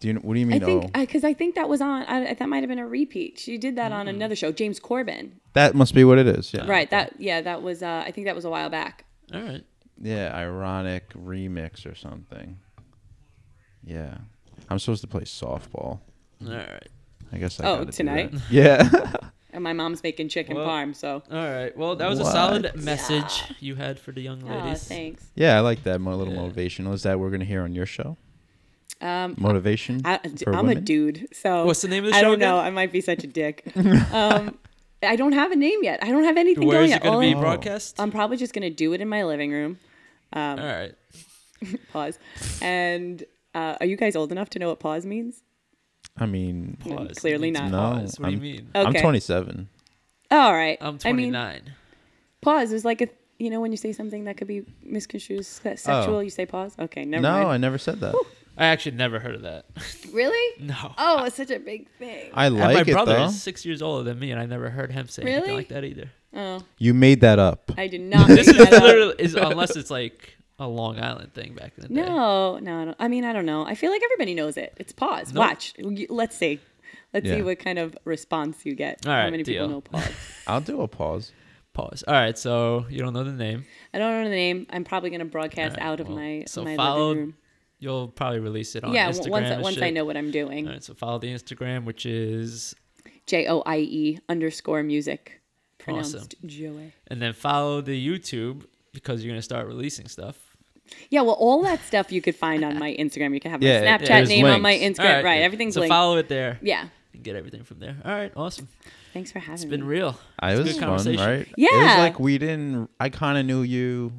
Do you what do you mean? I think oh, because I think that was on. I, that might have been a repeat. She did that on another show. James Corbin. that must be what it is. Oh, Yeah, Right. That yeah. That was. Uh, I think that was a while back. All right. Yeah, ironic remix or something. Yeah, I'm supposed to play softball. All right. I guess I. Oh, gotta do tonight? that. Yeah. And my mom's making chicken Well, parm. So. All right. Well, that was a What? solid message you had for the young Oh, ladies. thanks. yeah, I like that. My little Yeah. motivational is that we're gonna hear on your show. Um, motivation. I, for I'm a women? dude. So. What's the name of the I show don't know. again? I might be such a dick. um, I don't have a name yet. I don't have anything Where going is yet. it going All to be I'm- broadcast? I'm probably just gonna do it in my living room. All right. Pause. And uh, are you guys old enough to know what pause means? I mean, no. Pause. Mm, Clearly It means not. Pause. What I'm, do you mean? I'm Okay. 27. Oh, All right. I'm I mean, 29. pause is like a. You know when you say something that could be misconstrued as se- Oh. sexual, you say pause. Okay, never No, I mind. never said that. I actually never heard of that. really? No. Oh, it's such a big thing. I And like my it brother though. is six years older than me, and I never heard him say Really? anything like that either. You made that up. I did not. This make is that up. literally is unless it's like a Long Island thing back in the day. No, no. I, don't, I mean, I don't know. I feel like everybody knows it. It's pause. Watch. You- Let's see. Let's see Yeah. what kind of response you get. All How right, many people deal. know pause? I'll do a pause. Pause. All right. So you don't know the name. I don't know the name. I'm probably gonna broadcast out of well, my so my follow living room. You'll probably release it on Yeah, Instagram. w- once I- and once I shit. know what I'm doing. All right. So follow the Instagram, which is J O I E underscore music, pronounced Awesome. Joey. and then follow the YouTube because you're gonna start releasing stuff. Yeah, well, all that stuff you could find on my Instagram. You can have my Yeah, Snapchat there's name on my links. Instagram. All Right, everything's so linked. follow it there. yeah, And get everything from there. All right. Awesome. thanks for having It's been me. real. I It's a was good fun, conversation. right? It was Yeah. like we didn't. I kind of knew you,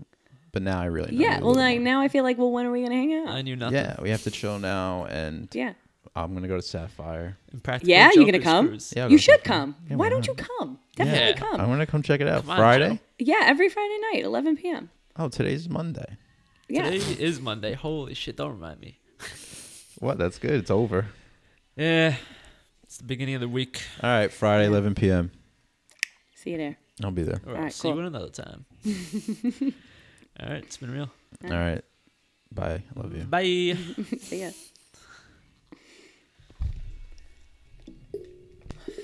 but now I really. Know you yeah, a well, little like, more. now I feel like, well, when are we gonna hang out? I knew nothing. Yeah, we have to chill now, and yeah, I'm gonna go to Sapphire. Impractical yeah. You gonna Jokers come? cruise. Yeah, I'll you go should for it. come. Yeah, why why don't you not? come? Definitely Yeah. come. I want to come check it out Come on, Friday. Joe. Yeah, every Friday night, 11 p.m. Oh, today's Monday. Yeah. Today is Monday. Holy shit! Don't remind me. What? That's good. It's over. Yeah, it's the beginning of the week. All right, Friday, 11 p.m. See you there. I'll be there. All right, Alright, see you cool. another time. All right, it's been real. All right. Bye. Love you. Bye. See ya.